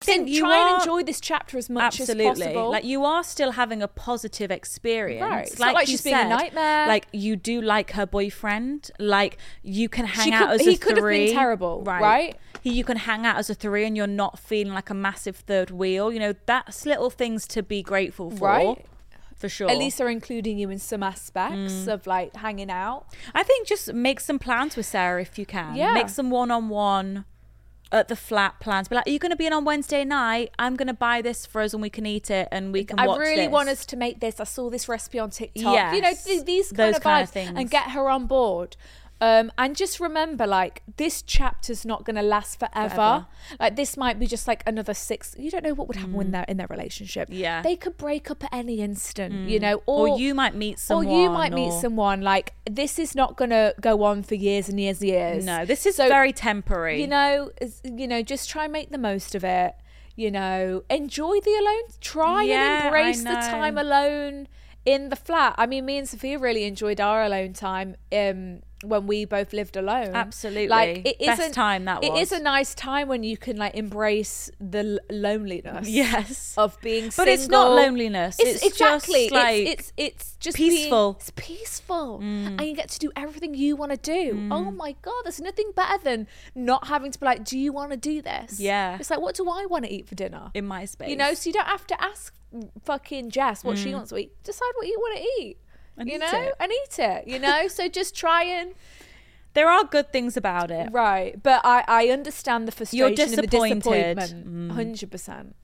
S4: think
S3: you
S4: try
S3: are-
S4: and enjoy this chapter as much as
S3: Absolutely.
S4: possible
S3: Like you are still having a positive experience.
S4: Right. It's not like
S3: you
S4: she's being a nightmare.
S3: Like you do like her boyfriend. Like you can hang
S4: She
S3: out
S4: could-
S3: as a
S4: he could have been
S3: three.
S4: terrible, right?
S3: He, you can hang out as a three and you're not feeling like a massive third wheel. You know, that's little things to be grateful for.
S4: Right.
S3: For sure. Mm.
S4: At least they're including you in some aspects of like hanging out.
S3: I think just make some plans with Sarah if you can.
S4: Yeah.
S3: Make some one on one at the flat plans. But like, are you going to be in on Wednesday night? I'm going to buy this for us and we can eat it and we can
S4: I
S3: watch
S4: really
S3: this.
S4: want us to make this. I saw this recipe on TikTok. You know,
S3: Yes.
S4: th- these kind
S3: Those
S4: of
S3: kind
S4: vibes
S3: of things.
S4: and get her on board. Um, and just remember, like this chapter's not going to last forever.
S3: Forever.
S4: Like this might be just like another six. You don't know what would happen in their in their relationship.
S3: Mm. Yeah. Mm.
S4: they could break up at any instant. You know,
S3: Or
S4: or,
S3: you might meet
S4: or
S3: someone.
S4: you might meet
S3: or-
S4: someone. Like this is not going to go on for years and years and years.
S3: No, this is
S4: So-
S3: very temporary.
S4: you know it's- you know just try and make the most of it you know enjoy the alone try
S3: Yeah, I
S4: and embrace the time
S3: know.
S4: alone in the flat i mean me and sophia really enjoyed our alone time um when we both lived alone
S3: Absolutely.
S4: like it
S3: Best
S4: isn't-
S3: time that
S4: it
S3: was.
S4: is a nice time when you can like embrace the l- loneliness
S3: yes.
S4: of being
S3: But it's not
S4: single.
S3: loneliness. It's just,
S4: exactly It's-
S3: like,
S4: it's, it's just
S3: peaceful.
S4: being- it's peaceful,
S3: Mm.
S4: and you get to do everything you want to do. Oh my god, there's nothing better than not having to be like, "Do you want to do this?"
S3: Yeah.
S4: it's like, what do I want to eat for dinner?
S3: in my space.
S4: you know, so you don't have to ask fucking Jess what she wants to eat. Decide what you want to eat.
S3: Mm. And
S4: you
S3: eat
S4: know,
S3: it.
S4: and eat it. You know, so just try and
S3: there are good things about it.
S4: Right, but I I understand the frustration
S3: You're
S4: and the
S3: disappointed. Mm.
S4: disappointment. Hundred percent.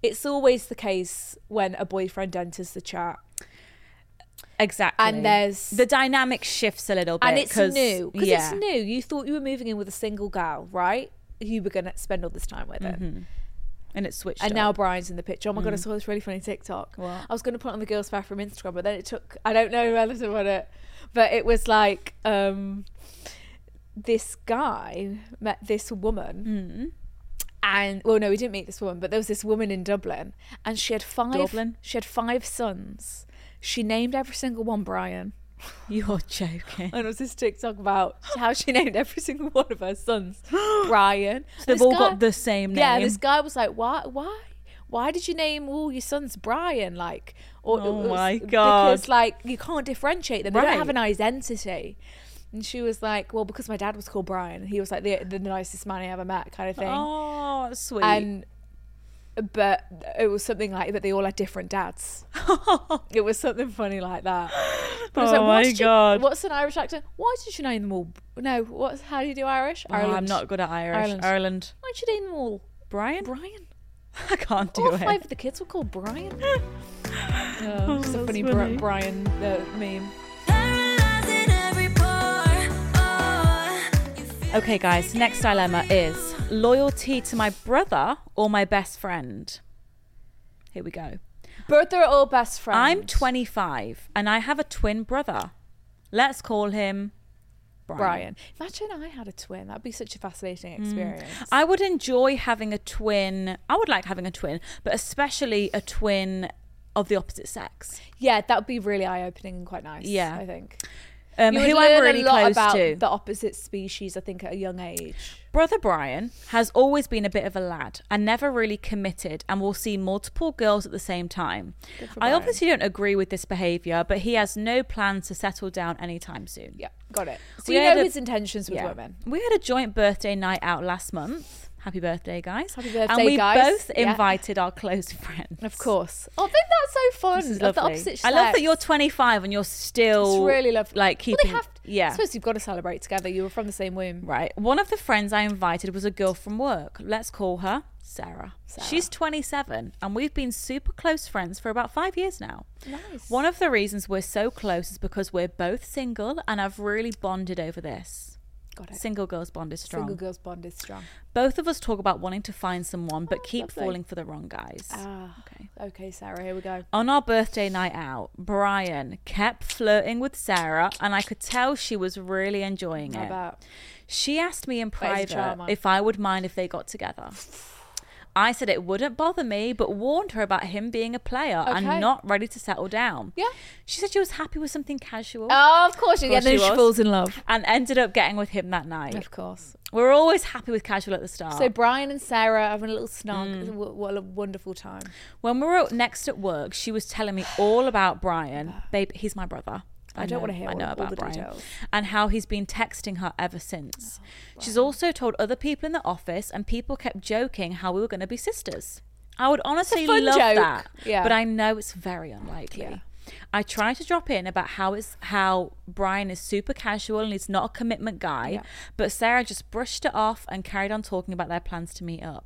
S4: It's always the case when a boyfriend enters the chat,
S3: Exactly.
S4: And there's-
S3: the dynamic shifts a little bit.
S4: and it's
S3: 'cause-
S4: new because
S3: yeah.
S4: it's new. You thought you were moving in with a single gal, right? Who You were going to spend all this time with it,
S3: Mm-hmm, And it's switched.
S4: and now
S3: up.
S4: Brian's in the picture. Oh my god,
S3: Mm.
S4: I saw this really funny TikTok. I was going to put it on the girls' bathroom Instagram, but then it took. I don't know relative on it, but it was like um, this guy met this woman.
S3: Mm.
S4: and well no we didn't meet this woman but there was this woman in dublin and she had five
S3: Dublin?
S4: she had five sons she named every single one brian
S3: you're joking.
S4: and it was this tiktok about how she named every single one of her sons brian so
S3: they've all got the same
S4: yeah
S3: name.
S4: this guy was like why why why did you name all your sons brian like or
S3: Oh
S4: it was-
S3: my God.
S4: because like you can't differentiate them they
S3: Right.
S4: don't have an identity and she was like well because my dad was called brian he was like the, the nicest man i ever met kind of thing
S3: Oh, sweet.
S4: and but it was something like that they all had different dads. it was something funny like that. But I was
S3: Oh
S4: like, what
S3: my
S4: did you-
S3: God.
S4: what's an Irish accent? Why did you name them all? No, what's how do you do Irish?
S3: Oh, I'm not good at Irish.
S4: Ireland.
S3: Ireland.
S4: Why did you name them all?
S3: Brian?
S4: Brian.
S3: I can't do
S4: all
S3: it.
S4: five of the kids were called Brian. oh, it's a
S3: that's
S4: funny,
S3: funny.
S4: Bri- Brian uh, meme.
S2: Paralyzing every pore. Oh, you feel
S3: Okay, guys, next dilemma is loyalty to my brother or my best friend. Here we go.
S4: Bertha are all best friends.
S3: I'm 25 and I have a twin brother. Let's call him Brian.
S4: Brian. Imagine I had a twin. That'd be such a
S3: Mm.
S4: fascinating experience.
S3: I would enjoy having a twin. I would like having a twin, but especially a twin of the opposite sex.
S4: Yeah, that would be really eye opening and quite nice.
S3: Yeah.
S4: I think.
S3: Um,
S4: you
S3: who
S4: would learn
S3: I'm really
S4: a lot
S3: close
S4: about
S3: to.
S4: the opposite species. I think at a young age.
S3: Brother Brian has always been a bit of a lad and never really committed and will see multiple girls at the same time. I obviously don't agree with this behaviour, but he has no plans to settle down anytime soon.
S4: Yeah, got it. So
S3: We
S4: you
S3: had
S4: know
S3: a-
S4: his intentions with
S3: Yeah.
S4: women.
S3: We had a joint birthday night out last month. Happy birthday, guys.
S4: Happy birthday,
S3: And we
S4: guys.
S3: both
S4: Yeah.
S3: invited our close friends.
S4: Of course. Oh, I think that's so fun.
S3: This is
S4: of the
S3: lovely.
S4: opposite
S3: I love
S4: sex.
S3: that you're 25 and you're still
S4: It's really lovely.
S3: like
S4: Well,
S3: keeping
S4: they have, I
S3: yeah.
S4: suppose you've got to celebrate together. You were from the same womb.
S3: Right. One of the friends I invited was a girl from work. Let's call her Sarah. She's 27 and we've been super close friends for about 5 years now. Nice. One of the reasons we're so close is because we're both single and I've really bonded over this.
S4: Got it.
S3: Single girls bond is strong.
S4: Single girls bond is strong.
S3: Both of us talk about wanting to find someone but keep
S4: Oh, lovely.
S3: falling for the wrong guys.
S4: Ah.
S3: Okay.
S4: Okay, Sarah, here we go.
S3: On our birthday night out, Brian kept flirting with Sarah, and I could tell she was really enjoying
S4: How
S3: it.
S4: about?
S3: She asked me in
S4: Where's the
S3: private
S4: drama?
S3: if I would mind if they got together. I said it wouldn't bother me, but warned her about him being a player
S4: Okay.
S3: and not ready to settle down.
S4: Yeah.
S3: She said she was happy with something casual
S4: Oh, of course you
S3: course
S4: get. Then
S3: she
S4: she
S3: was.
S4: falls in love.
S3: and ended up getting with him that night.
S4: Of course.
S3: We We're always happy with casual at the start.
S4: So Brian and Sarah having a little snog.
S3: Mm.
S4: What, what a wonderful time.
S3: When we were out next at work, she was telling me all about Brian. Babe, he's my brother.
S4: I don't wanna hear all- all the details. Oh,
S3: And how he's been texting her ever since. She's also told other people in the office, and people kept joking how we were going to be sisters. I would honestly
S4: fun
S3: love
S4: joke.
S3: that,
S4: Yeah.
S3: but I know it's very unlikely.
S4: Yeah.
S3: I try to drop in about how it's how Brian is super casual and he's not a commitment guy, but Sarah just brushed it off and carried on talking about their plans to meet up.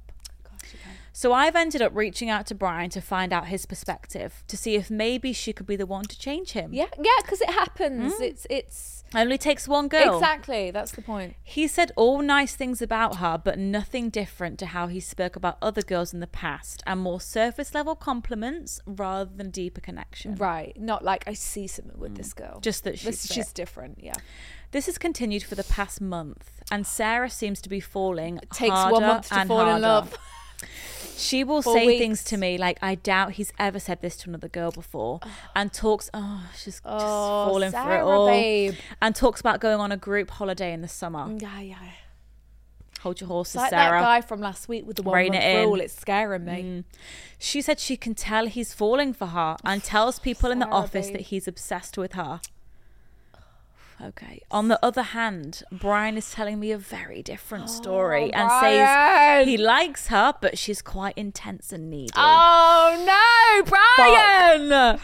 S3: So I've ended up reaching out to Brian to find out his perspective to see if maybe she could be the one to change him.
S4: Yeah, yeah, because it happens.
S3: Mm.
S4: It's it's
S3: Only takes one girl.
S4: exactly that's the point.
S3: He said all nice things about her, but nothing different to how he spoke about other girls in the past and more surface level compliments rather than deeper connection.
S4: Right, not like I see something with this girl.
S3: Mm. Just that
S4: This-
S3: she's
S4: she's
S3: fit.
S4: different. Yeah,
S3: This has continued for the past month, and Sarah seems to be falling.
S4: it takes
S3: harder
S4: one month to
S3: and
S4: fall in
S3: harder.
S4: love.
S3: She will
S4: Four
S3: say
S4: weeks.
S3: things to me like, "I doubt he's ever said this to another girl before," and talks. Oh, she's just
S4: Oh,
S3: falling for it
S4: Sarah,
S3: all.
S4: babe.
S3: And talks about going on a group holiday in the summer.
S4: Yeah, yeah.
S3: Hold your
S4: It's
S3: horses,
S4: like
S3: Sarah.
S4: that guy from last week with the one
S3: Rein
S4: month
S3: it in. Mm.
S4: rule. It's scaring me.
S3: She said she can tell he's falling for her and tells people in the
S4: Sarah,
S3: office
S4: babe.
S3: that he's obsessed with her. Okay. On the other hand, Brian is telling me a very different story and says he likes her, but she's quite intense and needy.
S4: Oh no, Brian!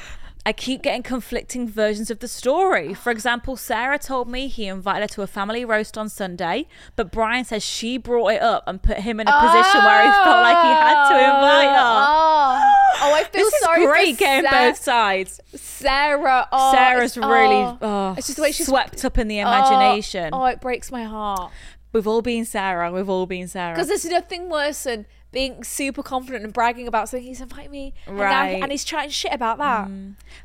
S3: I keep getting conflicting versions of the story. For example, Sarah told me he invited her to a family roast on Sunday, but Brian says she brought it up and put him in a position where he felt like he had to invite her.
S4: Oh, oh I feel
S3: this is
S4: sorry
S3: great
S4: for
S3: getting
S4: Sa-
S3: both sides.
S4: Sarah. Oh,
S3: Sarah's
S4: it's-
S3: really
S4: oh.
S3: oh,
S4: it's just the way she's
S3: swept up in the
S4: Oh,
S3: imagination.
S4: Oh, it breaks my heart.
S3: We've all been Sarah. We've all been Sarah.
S4: Because there's nothing worse than being super confident and bragging about something. He's invited me, and, now-
S3: Right. Mm.
S4: and he's chatting shit about that.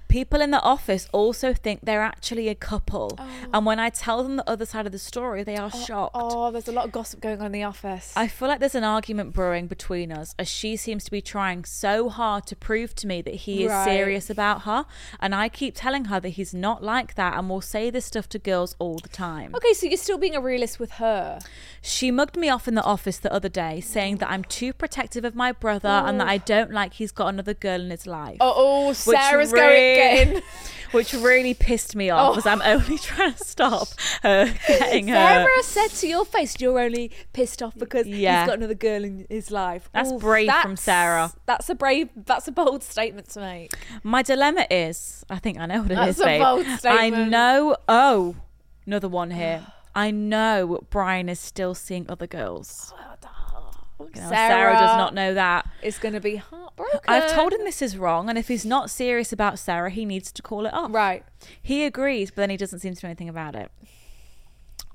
S3: People in the office also think they're actually a couple, and when I tell them the other side of the story, they are shocked.
S4: Oh, there's a lot of gossip going on in the office.
S3: I feel like there's an argument brewing between us as she seems to be trying so hard to prove to me that he is
S4: Right.
S3: serious about her. And I keep telling her that he's not like that and will say this stuff to girls all the time.
S4: okay, so you're still being a realist with her.
S3: She mugged me off in the office the other day, saying that I'm too protective of my brother and that I don't like he's got another girl in his life.
S4: Oh, oh,
S3: Which
S4: Sarah's
S3: really-
S4: going getting.
S3: Which really pissed me off
S4: Oh.
S3: because I'm only trying to stop her getting her.
S4: Sarah said to your face, "You're only pissed off because
S3: Yeah.
S4: he's got another girl in his life."
S3: That's brave from Sarah.
S4: That's a brave. That's a bold statement to make.
S3: My dilemma is, I think I know what it is.
S4: That's a
S3: babe.
S4: bold
S3: I
S4: statement.
S3: know. Oh, another one here. I know Brian is still seeing other girls.
S4: Oh,
S3: You know, Sarah. does not know that.
S4: Is going to be heartbroken.
S3: I've told him this is wrong, and if he's not serious about Sarah, he needs to call it off.
S4: Right.
S3: He agrees, but then he doesn't seem to know anything about it.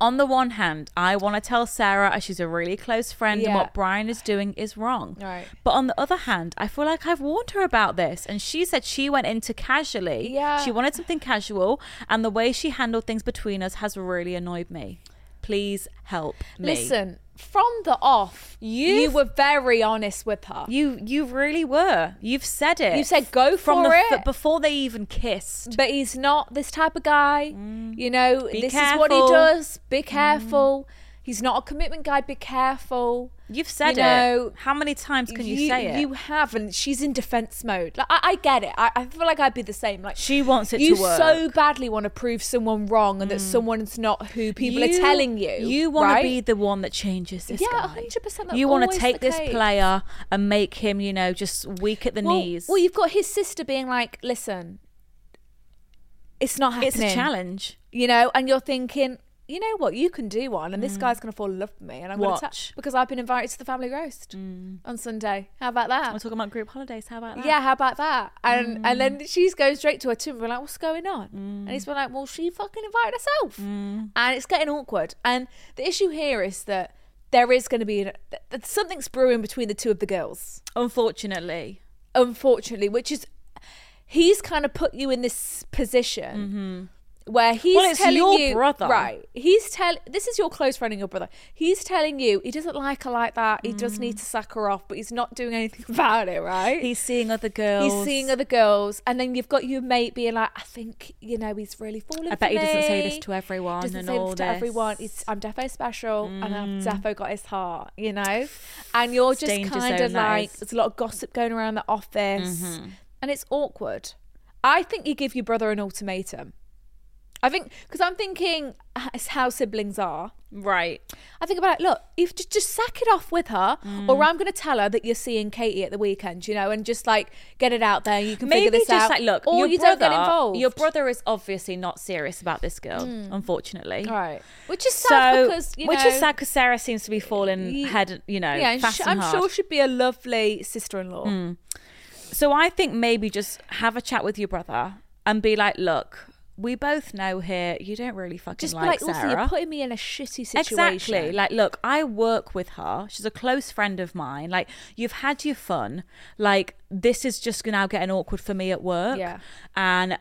S3: On the one hand, I want to tell Sarah as she's a really close friend and
S4: Yeah.
S3: what Brian is doing is wrong.
S4: Right.
S3: But on the other hand, I feel like I've warned her about this and she said she went into casually.
S4: Yeah.
S3: She wanted something casual and the way she handled things between us has really annoyed me. Please help me.
S4: Listen, from the off, you
S3: You've-
S4: were very honest with her.
S3: You you really were. You've said it.
S4: You said go
S3: from
S4: for
S3: the
S4: it.
S3: f- before they even kissed.
S4: but he's not this type of guy. You know,
S3: Mm. Be
S4: this is what he
S3: careful. Mm.
S4: does. Be careful. He's not a commitment guy. Be careful.
S3: You've said
S4: You know,
S3: it. How many times can you, say it?
S4: You have, and she's in defense mode. Like, I, I get it. I, I feel like I'd be the same. Like
S3: She wants it
S4: you
S3: to work. Mm.
S4: so badly want to prove someone wrong and that someone's not who people are telling you.
S3: You want
S4: right?
S3: to be the one that changes this
S4: Yeah,
S3: guy.
S4: 100%, that's
S3: You wanna
S4: always
S3: take
S4: the
S3: this
S4: case.
S3: player and make him, you know, just weak at the
S4: well,
S3: knees.
S4: Well, you've got his sister being like, "Listen, it's not happening.
S3: it's a challenge.
S4: you know." And you're thinking, you know what, you can do one, and this guy's gonna fall in love with me, and I'm gonna
S3: Mm. Watch. Mm.
S4: ta- because I've been invited to the family roast on Sunday. How about that?
S3: We're talking about group holidays. How about that?
S4: Yeah, how about that? And
S3: Mm.
S4: and then she's going straight to her tomb. We're like, what's going on? And he's been like, well, she fucking invited herself,
S3: Mm.
S4: and it's getting awkward. And the issue here is that there is going to be an, th- th- something's brewing between the two of the girls,
S3: Unfortunately,
S4: unfortunately, which is he's kind of put you in this position. Where he's
S3: Mm-hmm. Well, it's
S4: telling
S3: your
S4: you,
S3: brother.
S4: right? He's tell this is your close friend and your brother. He's telling you he doesn't like her like that. He does need to sack her off, but he's not doing anything about it, right?
S3: Mm. he's seeing other girls.
S4: He's seeing other girls, and then you've got your mate being like, "I think you know he's really falling."
S3: I bet he
S4: for
S3: doesn't say
S4: me.
S3: this to everyone
S4: Doesn't
S3: and
S4: say
S3: all
S4: this to everyone.
S3: this." Mm.
S4: It's, I'm defo special, and I've defo got his heart, you know. And you're
S3: It's
S4: just
S3: danger
S4: kind
S3: zone,
S4: of
S3: that
S4: like,
S3: is. Mm-hmm.
S4: there's a lot of gossip going around the office, and it's awkward. I think you give your brother an ultimatum. I think because I'm thinking h- it's how siblings are.
S3: right.
S4: I think about it, look, if just, just sack it off with her, or
S3: Mm.
S4: I'm going to tell her that you're seeing Katie at the weekend, you know, and just like get it out there. You can
S3: Maybe
S4: figure this
S3: just
S4: out.
S3: like look,
S4: or
S3: your
S4: you
S3: brother,
S4: don't get involved.
S3: Your brother is obviously not serious about this girl, unfortunately.
S4: right? Which is sad
S3: So,
S4: because you
S3: which
S4: know,
S3: is sad because Sarah seems to be falling
S4: you-
S3: head, you know,
S4: Yeah, and
S3: fast
S4: she-
S3: and
S4: I'm
S3: hard.
S4: sure she'd be a lovely sister-in-law.
S3: Mm, So I think maybe just have a chat with your brother and be like, look, we both know here you don't really fucking
S4: Just be
S3: like,
S4: like,
S3: Sarah.
S4: also, you're putting me in a shitty situation.
S3: Exactly. Like, look, I work with her. She's a close friend of mine. Like, you've had your fun. Like, this is just now getting awkward for me at work.
S4: Yeah.
S3: And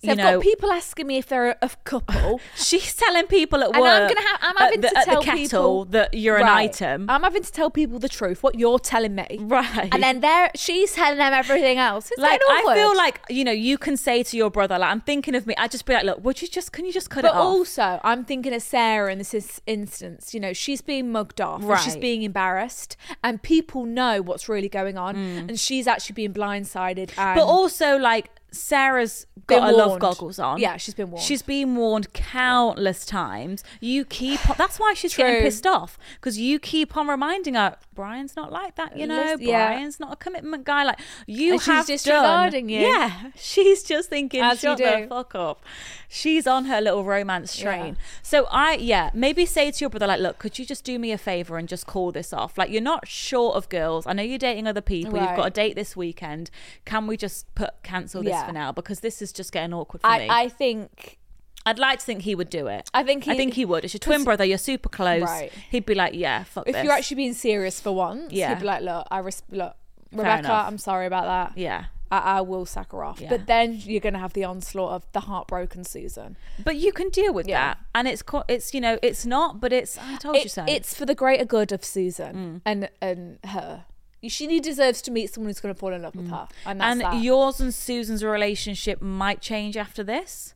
S4: so
S3: you
S4: I've
S3: know,
S4: got people asking me if they're a, a couple.
S3: she's telling people at
S4: I'm
S3: work.
S4: gonna have- I'm
S3: at
S4: having
S3: the,
S4: to
S3: at
S4: tell
S3: the kettle
S4: people-
S3: that you're an
S4: Right.
S3: item.
S4: I'm having to tell people the truth. What you're telling me,
S3: Right.
S4: And then there, she's telling them everything else. It's
S3: like
S4: getting
S3: I feel
S4: awkward.
S3: like you know you can say to your brother like I'm thinking of me. I just be like, look, would you just can you just cut
S4: But
S3: it off?
S4: also, I'm thinking of Sarah in this is- instance. You know, she's being mugged off, and she's
S3: Right.
S4: being embarrassed, and people know what's really going on, and she's actually being blindsided. And
S3: Mm. But also, like Sarah's
S4: Been
S3: got her love
S4: warned.
S3: goggles on.
S4: Yeah, she's been warned.
S3: She's been warned countless times. You keep. On, that's why she's getting
S4: True.
S3: pissed off because you keep on reminding her Brian's not like that. You know,
S4: Lis- yeah.
S3: Brian's not a commitment guy. Like you
S4: And she's
S3: have
S4: disregarding
S3: done,
S4: you.
S3: Yeah, she's just thinking,
S4: As you
S3: shut the
S4: do.
S3: fuck up. She's on her little romance train. So I, yeah, maybe say to your brother like, look, could you just do me a favor and just call this off? Like you're not short of girls. I know you're dating other people. You've got a
S4: Right.
S3: date this weekend. Can we just put cancel this
S4: Yeah.
S3: for now because this is just getting awkward for me?
S4: I, I think
S3: I'd like to think he would do it.
S4: I think
S3: I
S4: he-
S3: think he would. It's your twin brother. You're super close.
S4: Right.
S3: He'd be like, yeah, fuck.
S4: if
S3: this.
S4: you're actually being serious for once,
S3: Yeah.
S4: you'd be like, look, I res- look, Rebecca,
S3: enough.
S4: I'm sorry about that.
S3: yeah.
S4: I, I will sack her off.
S3: Yeah.
S4: But then you're going to have the onslaught of the heartbroken Susan.
S3: But you can deal with
S4: Yeah.
S3: that, and it's co- it's you know it's not, but it's I told you Mm.
S4: It-
S3: so.
S4: It's for the greater good of Susan and and her. She deserves to meet someone who's going to fall in love with her, and that's
S3: Mm. and
S4: that.
S3: yours and Susan's relationship might change after this.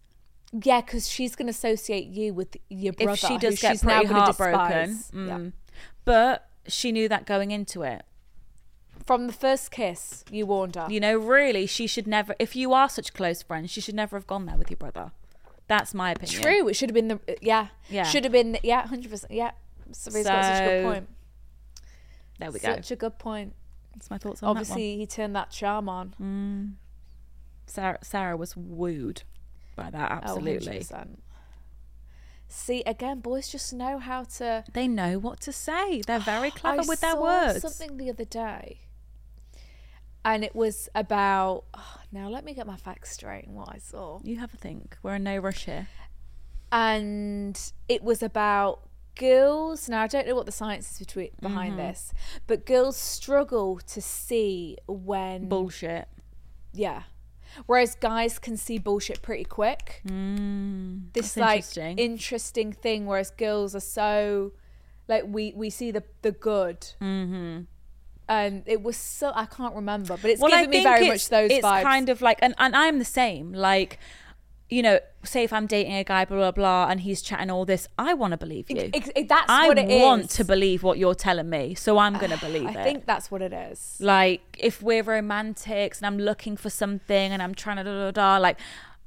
S4: Yeah, because she's going to associate you with your brother.
S3: if she
S4: who
S3: does get
S4: she's now
S3: pretty
S4: gonna
S3: heartbroken.
S4: despise.
S3: Mm.
S4: Yeah.
S3: But she knew that going into it.
S4: From the first kiss, you warned her.
S3: You know, really, she should never. If you are such close friends, she should never have gone there with your brother. That's my opinion.
S4: True. It should have been the yeah.
S3: Yeah.
S4: Should have been the, yeah. Hundred percent. Yeah. Somebody's got such a good
S3: So,
S4: point.
S3: There we go.
S4: Such a good point.
S3: That's my thoughts on
S4: Obviously, he turned that charm on. Oh,
S3: that one. Sarah, Sarah was wooed by that.
S4: Oh,
S3: Absolutely.
S4: 100%. See again, boys just know how to.
S3: they know what to say. They're very clever
S4: I
S3: with their
S4: saw
S3: words.
S4: Something the other day, and it was about. oh, now let me get my facts straight and what I saw.
S3: You have a think. We're in no rush here.
S4: and it was about girls now i don't know what the science is between, behind
S3: Mm-hmm.
S4: this but girls struggle to see when
S3: Bullshit.
S4: yeah whereas guys can see bullshit pretty quick this
S3: Mm, that's
S4: like
S3: interesting.
S4: interesting thing whereas girls are so like we we see the the good mm-hmm. and it was so i can't remember but it's giving me very much those
S3: it's
S4: vibes
S3: kind of like, and, and I'm the same. Like, you know, say if I'm dating a guy, blah blah blah, and he's chatting all this, I want to believe you.
S4: Ex- ex- that's
S3: I
S4: what it is.
S3: want to believe what you're telling me, so I'm gonna believe
S4: i
S3: it.
S4: think that's what it is
S3: like if we're romantics and I'm looking for something and I'm trying to da da da, like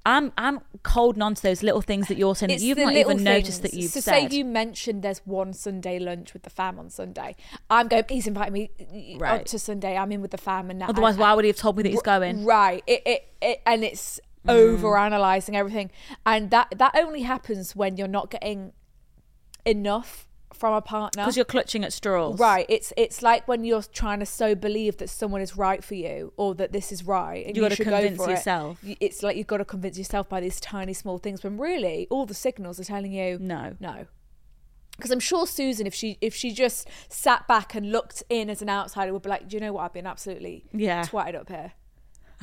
S3: I'm I'm holding on to those little things that you're saying that you've
S4: the
S3: not
S4: little
S3: even noticed that
S4: things.
S3: you've
S4: so
S3: said.
S4: say you mentioned there's one Sunday lunch with the fam on Sunday. I'm going. He's inviting me right.
S3: Right.
S4: to Sunday. I'm in with the fam, and now
S3: Otherwise, why would he have told me that he's going? Mm.
S4: Right. It, it, it and it's over analyzing everything, and that that only happens when you're not getting enough from a partner.
S3: Because you're clutching at straws.
S4: Right, it's it's like when you're trying to so believe that someone is right for you or that this is right, and
S3: You
S4: you,
S3: gotta
S4: should
S3: convince
S4: go for it.
S3: yourself.
S4: You- It's like you've got to convince yourself by these tiny small things, when really all the signals are telling you
S3: No.
S4: no. Because I'm sure Susan, if she if she just sat back and looked in as an outsider, would be like, do you know what? I've been absolutely
S3: Yeah.
S4: twatted up here.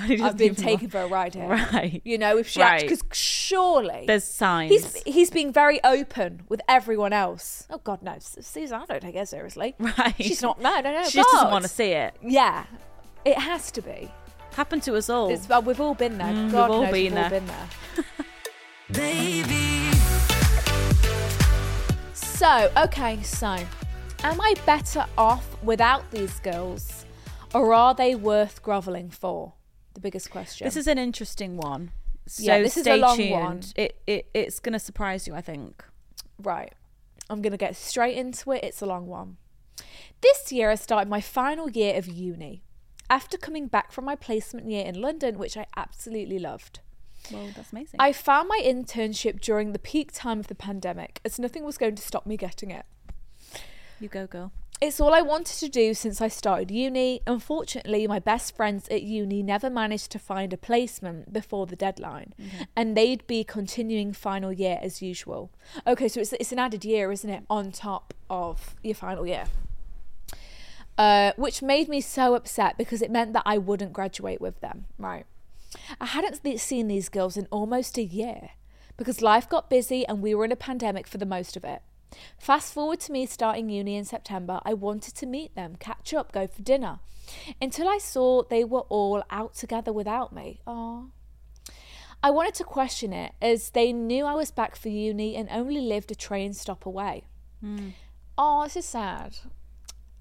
S3: I just
S4: I've been
S3: even
S4: taken
S3: wa-
S4: for a ride here.
S3: Right.
S4: You know, if she
S3: Right.
S4: because surely
S3: There's signs.
S4: He's he's being very open with everyone else. Oh God, no, S- Susan, I don't take her seriously.
S3: Right.
S4: She's not. No, no, no.
S3: She just doesn't
S4: God.
S3: want to see it.
S4: Yeah, it has to be.
S3: Happened to us all.
S4: It's, well, we've all been there.
S3: Oh. Mm,
S4: God
S3: we've all
S4: knows
S3: been
S4: we've all
S3: there.
S4: been there.
S2: Baby,
S4: So okay, so am I better off without these girls, or are they worth groveling for? The biggest question.
S3: This is an interesting one. So
S4: Yeah, this is a
S3: stay
S4: long
S3: tuned.
S4: one.
S3: It, it it's gonna surprise you, I think.
S4: Right. I'm going to get straight into it. It's a long one. This year, I started my final year of uni after coming back from my placement year in London, which I absolutely loved.
S3: Well, that's amazing.
S4: I found my internship during the peak time of the pandemic, as nothing was going to stop me getting it.
S3: you go, girl.
S4: It's all I wanted to do since I started uni. Unfortunately, my best friends at uni never managed to find a placement before the deadline, and they'd be continuing final year as usual. Okay, so it's, it's an added year, isn't it, on top of your final year? Uh, which made me so upset because it meant that I wouldn't graduate with them, right? I hadn't th- seen these girls in almost a year because life got busy and we were in a pandemic for the most of it. Fast forward to me starting uni in September, I wanted to meet them, catch up, go for dinner, until I saw they were all out together without me. Aww. I wanted to question it as they knew I was back for uni and only lived a train stop away. Oh, this is sad.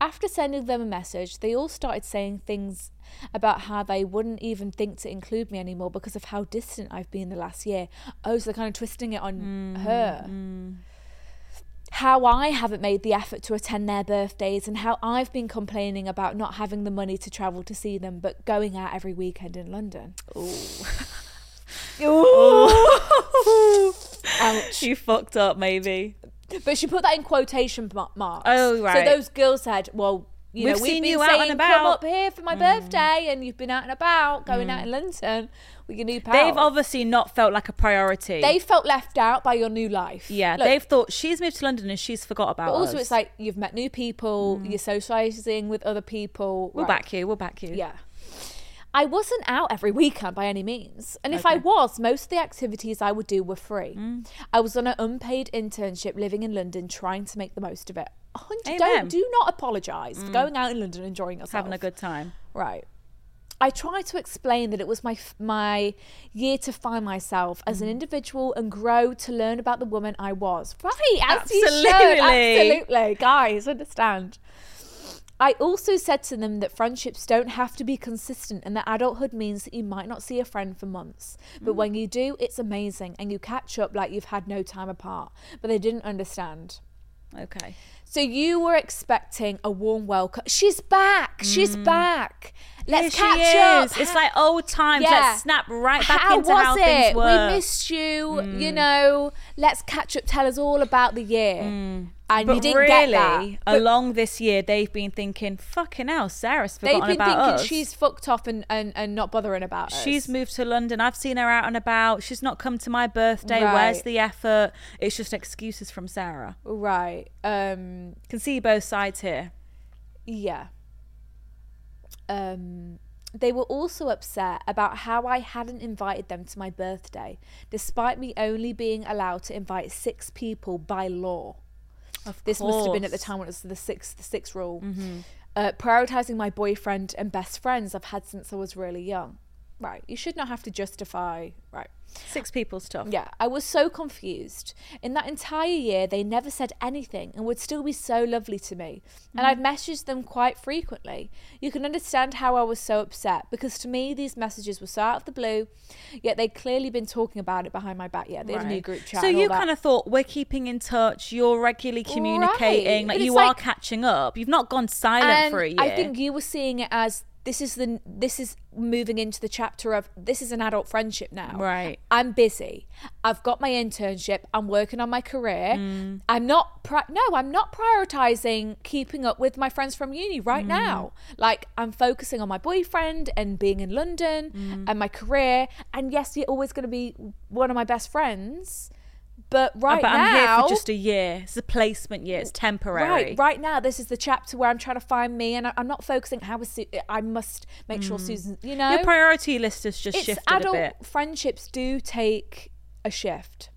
S4: After sending them a message, they all started saying things about how they wouldn't even think to include me anymore because of how distant I've been the last year. Oh, so they're kind of twisting it on her. How I haven't made the effort to attend their birthdays and how I've been complaining about not having the money to travel to see them but going out every weekend in London.
S3: Ooh.
S4: Ouch.
S3: you fucked up, maybe.
S4: But she put that in quotation mar- marks.
S3: Oh, right.
S4: So those girls said, "Well, you
S3: We've
S4: know, we've
S3: seen
S4: been
S3: you out and
S4: saying come
S3: about." Mm.
S4: up here for my birthday, and you've been out and about, going out in London with your new pal."
S3: They've obviously not felt like a priority.
S4: they felt left out by your new life.
S3: yeah,
S4: Look,
S3: they've thought she's moved to London and she's forgot about
S4: But also,
S3: us.
S4: it's like you've met new people, you're socializing with other people.
S3: we'll
S4: Right.
S3: back you, we'll back you.
S4: Yeah. I wasn't out every weekend by any means. And if I was, most of the activities I would do were free.
S3: Mm.
S4: I was on an unpaid internship living in London trying to make the most of it. 100
S3: Amen. Mm.
S4: Don't, do not apologise for going out in London and enjoying yourself.
S3: having a good time.
S4: Right. I try to explain that it was my f- my year to find myself as an individual and grow to learn about the woman I was. Right, as you should,
S3: Absolutely.
S4: absolutely, guys, understand. I also said to them that friendships don't have to be consistent and that adulthood means that you might not see a friend for months. But when you do, it's amazing and you catch up like you've had no time apart. But they didn't understand.
S3: Okay.
S4: So you were expecting a warm welcome. She's back. She's back. Let's
S3: Mm. Here she
S4: catch up.
S3: is. It's like old times. Let's snap right back
S4: how
S3: into
S4: was
S3: how
S4: it?
S3: things were. Mm.
S4: We missed you. You know, let's catch up. Tell us all about the year. And
S3: Mm. but
S4: you didn't
S3: really,
S4: get that. But
S3: along this year, they've been thinking, "Fucking hell, Sarah's forgotten
S4: they've been thinking
S3: about us.
S4: she's fucked off and, and, and not bothering about us.
S3: She's moved to London. I've seen her out and about. She's not come to my birthday.
S4: Right.
S3: Where's the effort? It's just excuses from Sarah.
S4: right. Um.
S3: Can see both sides here.
S4: Yeah. Um, they were also upset about how I hadn't invited them to my birthday, despite me only being allowed to invite six people by law.
S3: Of
S4: This must have been at the
S3: course.
S4: time when it was the six, the six rule. Uh, prioritizing my boyfriend and best friends I've had since I was really young. Right, you should not have to justify. Right.
S3: Six people's tough.
S4: Yeah, I was so confused. In that entire year, they never said anything and would still be so lovely to me. And I'd
S3: Mm-hmm.
S4: messaged them quite frequently. You can understand how I was so upset because to me, these messages were so out of the blue, yet they'd clearly been talking about it behind my back. Yeah, they had a new
S3: Right.
S4: group chat.
S3: So
S4: and all
S3: you
S4: that.
S3: kind of thought we're keeping in touch. You're regularly communicating.
S4: Right.
S3: Like
S4: But
S3: you
S4: it's
S3: are
S4: like-
S3: catching up. You've not gone silent
S4: And
S3: for a year.
S4: I think you were seeing it as this is the this is moving into the chapter of this is an adult friendship now.
S3: Right.
S4: I'm busy. I've got my internship. I'm working on my career.
S3: Mm.
S4: I'm not pri- no, I'm not prioritizing keeping up with my friends from uni right
S3: Mm.
S4: now. Like I'm focusing on my boyfriend and being in London
S3: Mm.
S4: and my career. And yes, you're always going to be one of my best friends. But right
S3: but I'm
S4: now,
S3: here for just a year. It's a placement year. It's temporary.
S4: Right, right now, this is the chapter where I'm trying to find me, and I, I'm not focusing how is Su- I must make sure Susan, you know,
S3: Mm. Your priority list has just
S4: it's
S3: shifted
S4: adult
S3: a bit.
S4: friendships do take a shift.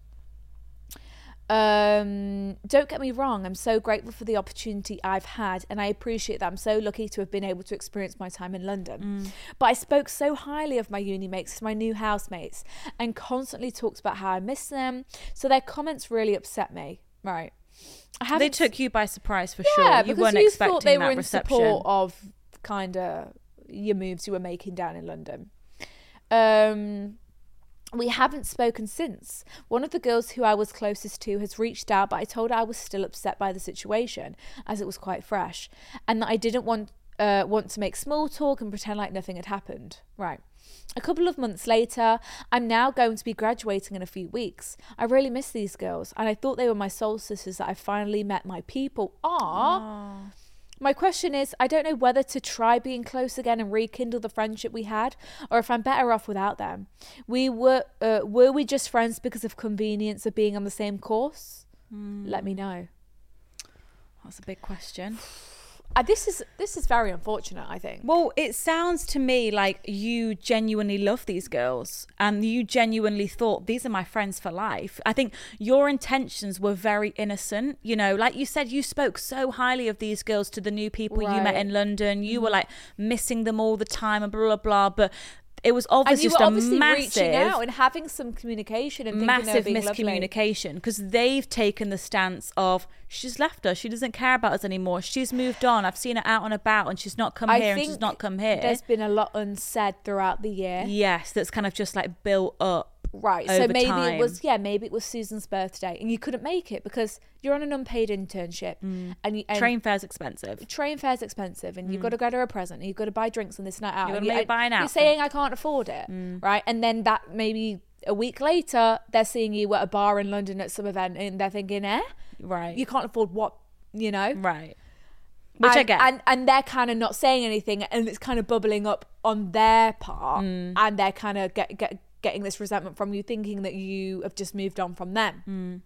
S4: Um, don't get me wrong, I'm so grateful for the opportunity I've had, and I appreciate that I'm so lucky to have been able to experience my time in London.
S3: Mm.
S4: But I spoke so highly of my uni mates to my new housemates and constantly talked about how I miss them, so their comments really upset me. Right. I
S3: They
S4: haven't-
S3: took you by surprise for
S4: yeah,
S3: sure. You
S4: because
S3: weren't
S4: you
S3: expecting
S4: thought they
S3: that
S4: were in
S3: reception.
S4: support of kind of your moves you were making down in London. Um, we haven't spoken since. One of the girls who I was closest to has reached out, but I told her I was still upset by the situation as it was quite fresh, and that I didn't want uh, want to make small talk and pretend like nothing had happened. Right. A couple of months later, I'm now going to be graduating in a few weeks. I really miss these girls, and I thought they were my soul sisters that I finally met my people. Aww. My question is I don't know whether to try being close again and rekindle the friendship we had, or if I'm better off without them. We were uh, were we just friends because of convenience of being on the same course? Let me know.
S3: That's a big question.
S4: Uh, this is this is very unfortunate. I think.
S3: Well, it sounds to me like you genuinely love these girls and you genuinely thought these are my friends for life. I think your intentions were very innocent. You know, like you said, you spoke so highly of these girls to the new people you met
S4: Right. Mm-hmm.
S3: in London. You were like missing them all the time and blah, blah, blah. But it was
S4: and
S3: obviously
S4: you
S3: just
S4: were obviously
S3: a massive.
S4: reaching out and having some communication and thinking they were
S3: massive
S4: being lovely.
S3: miscommunication because they've taken the stance of she's left us she doesn't care about us anymore she's moved on i've seen her out and about and she's not come here and she's not come here
S4: There's been a lot unsaid throughout the year.
S3: yes that's kind of just like built up
S4: Right. so
S3: over
S4: maybe
S3: time.
S4: it was yeah, maybe it was Susan's birthday and you couldn't make it because you're on an unpaid internship and you and
S3: train fares expensive
S4: train fare's expensive and you've got to go to her a present and you've got to buy drinks on this night out.
S3: Mm. You've gotta
S4: and you-
S3: make- Mm. buy an
S4: You're
S3: outfit.
S4: saying I can't afford it, right? And then that maybe a week later they're seeing you at a bar in London at some event and they're thinking, eh,
S3: right
S4: you can't afford what, you know?
S3: right which
S4: and,
S3: i get
S4: And, and they're kind of not saying anything and it's kind of bubbling up on their part
S3: Mm.
S4: and they're kind of get, get, getting this resentment from you thinking that you have just moved on from them.
S3: Mm.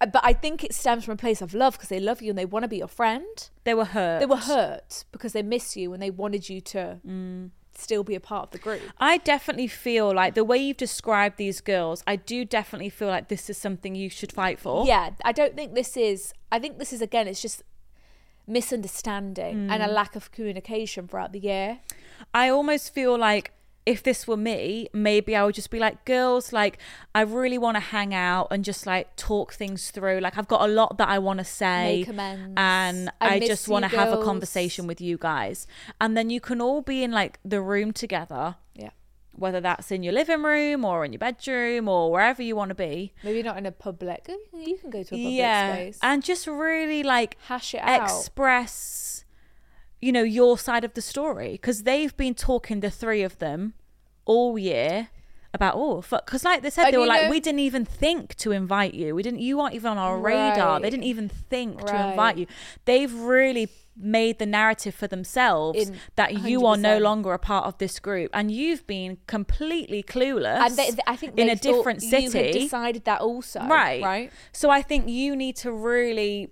S4: Uh, But I think it stems from a place of love because they love you and they want to be your friend
S3: they were hurt
S4: they were hurt because they miss you and they wanted you to
S3: Mm.
S4: still be a part of the group.
S3: I definitely feel like the way you've described these girls, I do definitely feel like this is something you should fight for.
S4: Yeah, I don't think this is. I think this is again. It's just
S3: Mm.
S4: misunderstanding and a lack of communication throughout the year.
S3: I almost feel like if this were me, maybe I would just be like, girls, like, I really want to hang out and just like talk things through. Like, I've got a lot that I want to say.
S4: Make amends.
S3: And
S4: I
S3: I,
S4: miss
S3: just
S4: you,
S3: want to have a
S4: girls."
S3: conversation with you guys. And then you can all be in like the room together,
S4: Yeah.
S3: whether that's in your living room or in your bedroom or wherever you want to be.
S4: Maybe not in a public. You can go to a public space.
S3: And just really like
S4: Hash it out.
S3: express, you know, your side of the story because they've been talking the three of them all year about oh fuck because like they said
S4: And
S3: they were
S4: you
S3: like
S4: know-
S3: we didn't even think to invite you we didn't you aren't even on our radar they
S4: Right.
S3: didn't even think to
S4: Right.
S3: invite you they've really made the narrative for themselves
S4: In-
S3: that you are no
S4: 100%.
S3: longer a part of this group and you've been completely clueless
S4: and they, I think
S3: in
S4: they
S3: a
S4: thought
S3: different
S4: you had
S3: city
S4: decided that also.
S3: right
S4: Right.
S3: so i think you need to really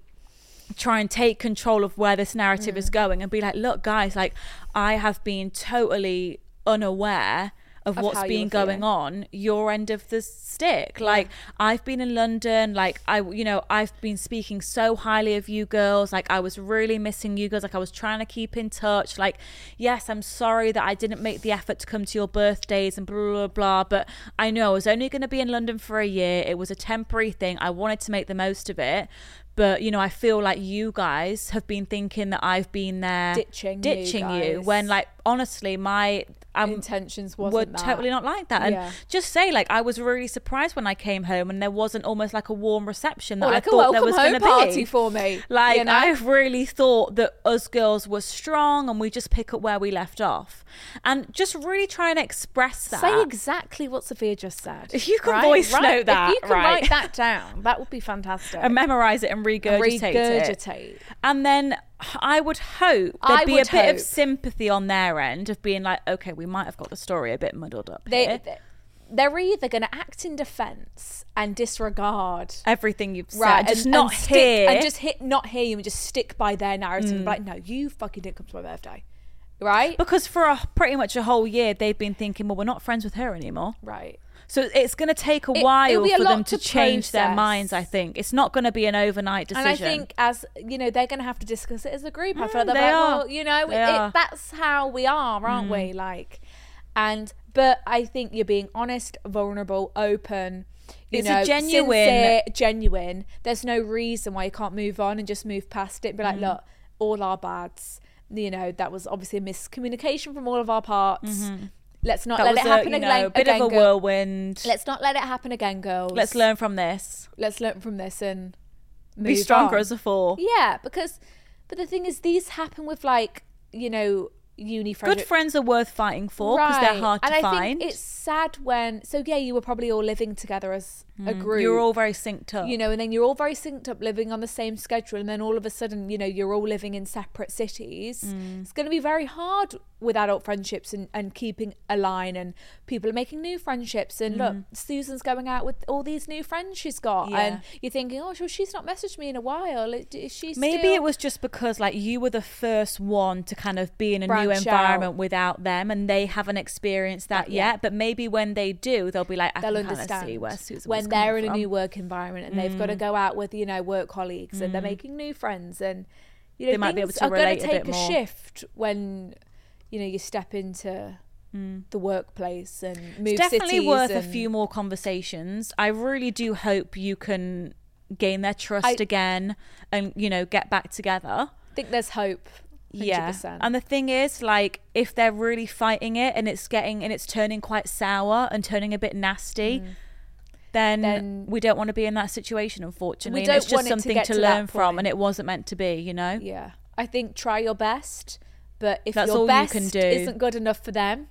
S3: try and take control of where this narrative
S4: Mm.
S3: is going and be like look guys like i have been totally unaware of,
S4: Of
S3: what's
S4: how you
S3: been
S4: were
S3: going
S4: feeling.
S3: on your end of the stick like i've been in london like i you know i've been speaking so highly of you girls like i was really missing you girls like i was trying to keep in touch like yes i'm sorry that i didn't make the effort to come to your birthdays and blah blah blah but i know i was only going to be in london for a year it was a temporary thing i wanted to make the most of it but you know i feel like you guys have been thinking that i've been there
S4: Ditching you
S3: ditching you,
S4: guys.
S3: when like honestly my um,
S4: Intentions
S3: were
S4: wasn't that.
S3: totally not like that and
S4: Yeah.
S3: just say like I was really surprised when I came home and there wasn't almost like a warm reception that
S4: Or
S3: I
S4: like a
S3: thought there
S4: welcome
S3: was
S4: home
S3: going to be.
S4: party for me,
S3: Like
S4: you know?
S3: I really thought that us girls were strong and we just pick up where we left off, and just really try and express that.
S4: Say exactly what Sophia just said.
S3: If you can
S4: right?
S3: voice
S4: Right.
S3: note that,
S4: if you can
S3: right.
S4: write that down, that would be fantastic.
S3: and memorize it and regurgitate,
S4: Regurgitate.
S3: it. And then I would hope there'd
S4: I
S3: be a
S4: would
S3: bit of
S4: hope.
S3: sympathy on their end of being like, okay, we might have got the story a bit muddled up.
S4: they,
S3: here.
S4: they they're either going to act in defence and disregard.
S3: everything you've said,
S4: Right,
S3: just
S4: and,
S3: not
S4: and stick-
S3: here.
S4: and just hit not hear you, and just stick by their narrative.
S3: Mm.
S4: and be Like, no, you fucking didn't come to my birthday, right?
S3: because for a, pretty much a whole year they've been thinking, well, we're not friends with her anymore.
S4: right.
S3: So it's going to take a
S4: It-
S3: while
S4: it'll be a
S3: for them
S4: lot
S3: to,
S4: to
S3: change their
S4: process.
S3: minds. I think it's not going to be an overnight decision.
S4: And I think as you know, they're going to have to discuss it as a group. I feel
S3: Mm,
S4: like they're
S3: they
S4: like,
S3: are.
S4: well, you know,
S3: They are. Mm.
S4: it, that's how we are, aren't we? Like, and but I think you're being honest, vulnerable, open. You
S3: It's a
S4: know,
S3: genuine-
S4: sincere, genuine. There's no reason why you can't move on and just move past it. Be
S3: Mm-hmm.
S4: like, look, all our bads. You know, that was obviously a miscommunication from all of our parts. Let's not
S3: Mm-hmm. that
S4: let
S3: was
S4: it happen
S3: a, you know,
S4: again.
S3: a bit
S4: again,
S3: of a
S4: girl.
S3: whirlwind. Let's,
S4: Let's not let it happen again, girls.
S3: learn from this.
S4: Let's learn from this and
S3: Be
S4: move
S3: stronger
S4: on.
S3: as a four.
S4: Yeah, because but the thing is, these happen with like you know uni friends.
S3: Good friends are worth fighting for because they're hard
S4: and
S3: to
S4: I
S3: find.
S4: Think it's sad when so yeah, you were probably all living together as a group.
S3: Mm, You're all very synced up.
S4: you know, and then you're all very synced up, living on the same schedule, and then all of a sudden, you know, you're all living in separate cities.
S3: Mm.
S4: It's going to be very hard with adult friendships and, and keeping a line, and people are making new friendships. And
S3: Mm.
S4: look, Susan's going out with all these new friends she's got, and you're thinking, oh, well, she's not messaged me in a while. Is she
S3: Maybe
S4: still-
S3: it was just because like you were the first one to kind of be in a new
S4: Branch
S3: environment
S4: out.
S3: without them, and they haven't experienced that
S4: That yet.
S3: yet. But maybe when they do, they'll be like, I
S4: they'll
S3: can kinda
S4: understand
S3: see where Susan was coming
S4: when they're in a
S3: from. Mm.
S4: new work environment and they've got to go out with you know work colleagues and they're making new friends and you know
S3: They might be able
S4: things
S3: to
S4: are going
S3: relate a
S4: to take
S3: bit
S4: a,
S3: more.
S4: shift when you know you step into the workplace and move
S3: Mm. It's definitely
S4: cities
S3: worth a
S4: and-
S3: few more conversations. I really do hope you can gain their trust
S4: I-
S3: again, and you know get back together.
S4: I think there's hope. 100%.
S3: Yeah. And the thing is, like, if they're really fighting it and it's getting and it's turning quite sour and turning a bit nasty, then,
S4: Mm. Then-
S3: we don't want to be in that situation, unfortunately.
S4: We
S3: and it's
S4: don't
S3: just
S4: want it to
S3: something
S4: get
S3: to,
S4: to that
S3: learn from and
S4: point.
S3: it wasn't meant to be, you know?
S4: yeah, I think try your best, but if
S3: That's all
S4: your
S3: you
S4: best
S3: can do.
S4: isn't good enough for them,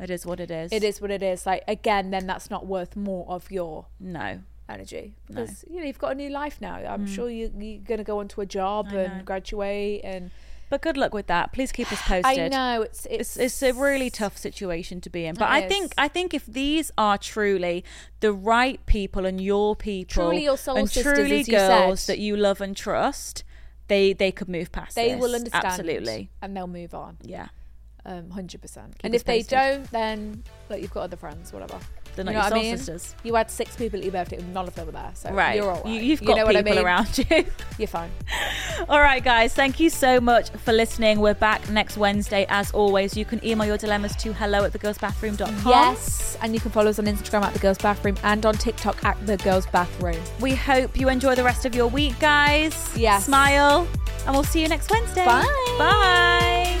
S3: It is what it is.
S4: it is what it is. Like again, then that's not worth more of your
S3: No. Mm.
S4: energy because you know you've got a new life now. I'm sure you, you're going to go onto a job and graduate, and
S3: But good luck with that. Please keep us posted.
S4: I know it's
S3: it's
S4: it's
S3: it's a really tough situation to be in. But
S4: It
S3: I think
S4: is.
S3: I think if these are truly the right people and your people,
S4: Truly your soul
S3: and
S4: sisters,
S3: truly
S4: as you
S3: girls
S4: said.
S3: that you love and trust, they they could move past.
S4: They
S3: this.
S4: will understand
S3: absolutely.
S4: and they'll move on.
S3: Yeah,
S4: Um, hundred percent.
S3: Keep
S4: And
S3: us
S4: if they
S3: posted.
S4: don't, then like you've got other friends, whatever.
S3: They're not
S4: You know
S3: your
S4: what
S3: soul
S4: I mean?
S3: sisters.
S4: You had six people at your birthday, and none of them were there. So
S3: Right.
S4: you're all right.
S3: You, have got
S4: know
S3: people
S4: what I mean?
S3: around you.
S4: You're fine.
S3: All right, guys, thank you so much for listening. We're back next Wednesday, as always. You can email your dilemmas to hello at thegirlsbathroom.com.
S4: Yes, and you can follow us on Instagram at the Girls Bathroom and on TikTok at the Girls Bathroom.
S3: We hope you enjoy the rest of your week, guys.
S4: Yes.
S3: Smile, and we'll see you next Wednesday.
S4: Bye.
S3: Bye.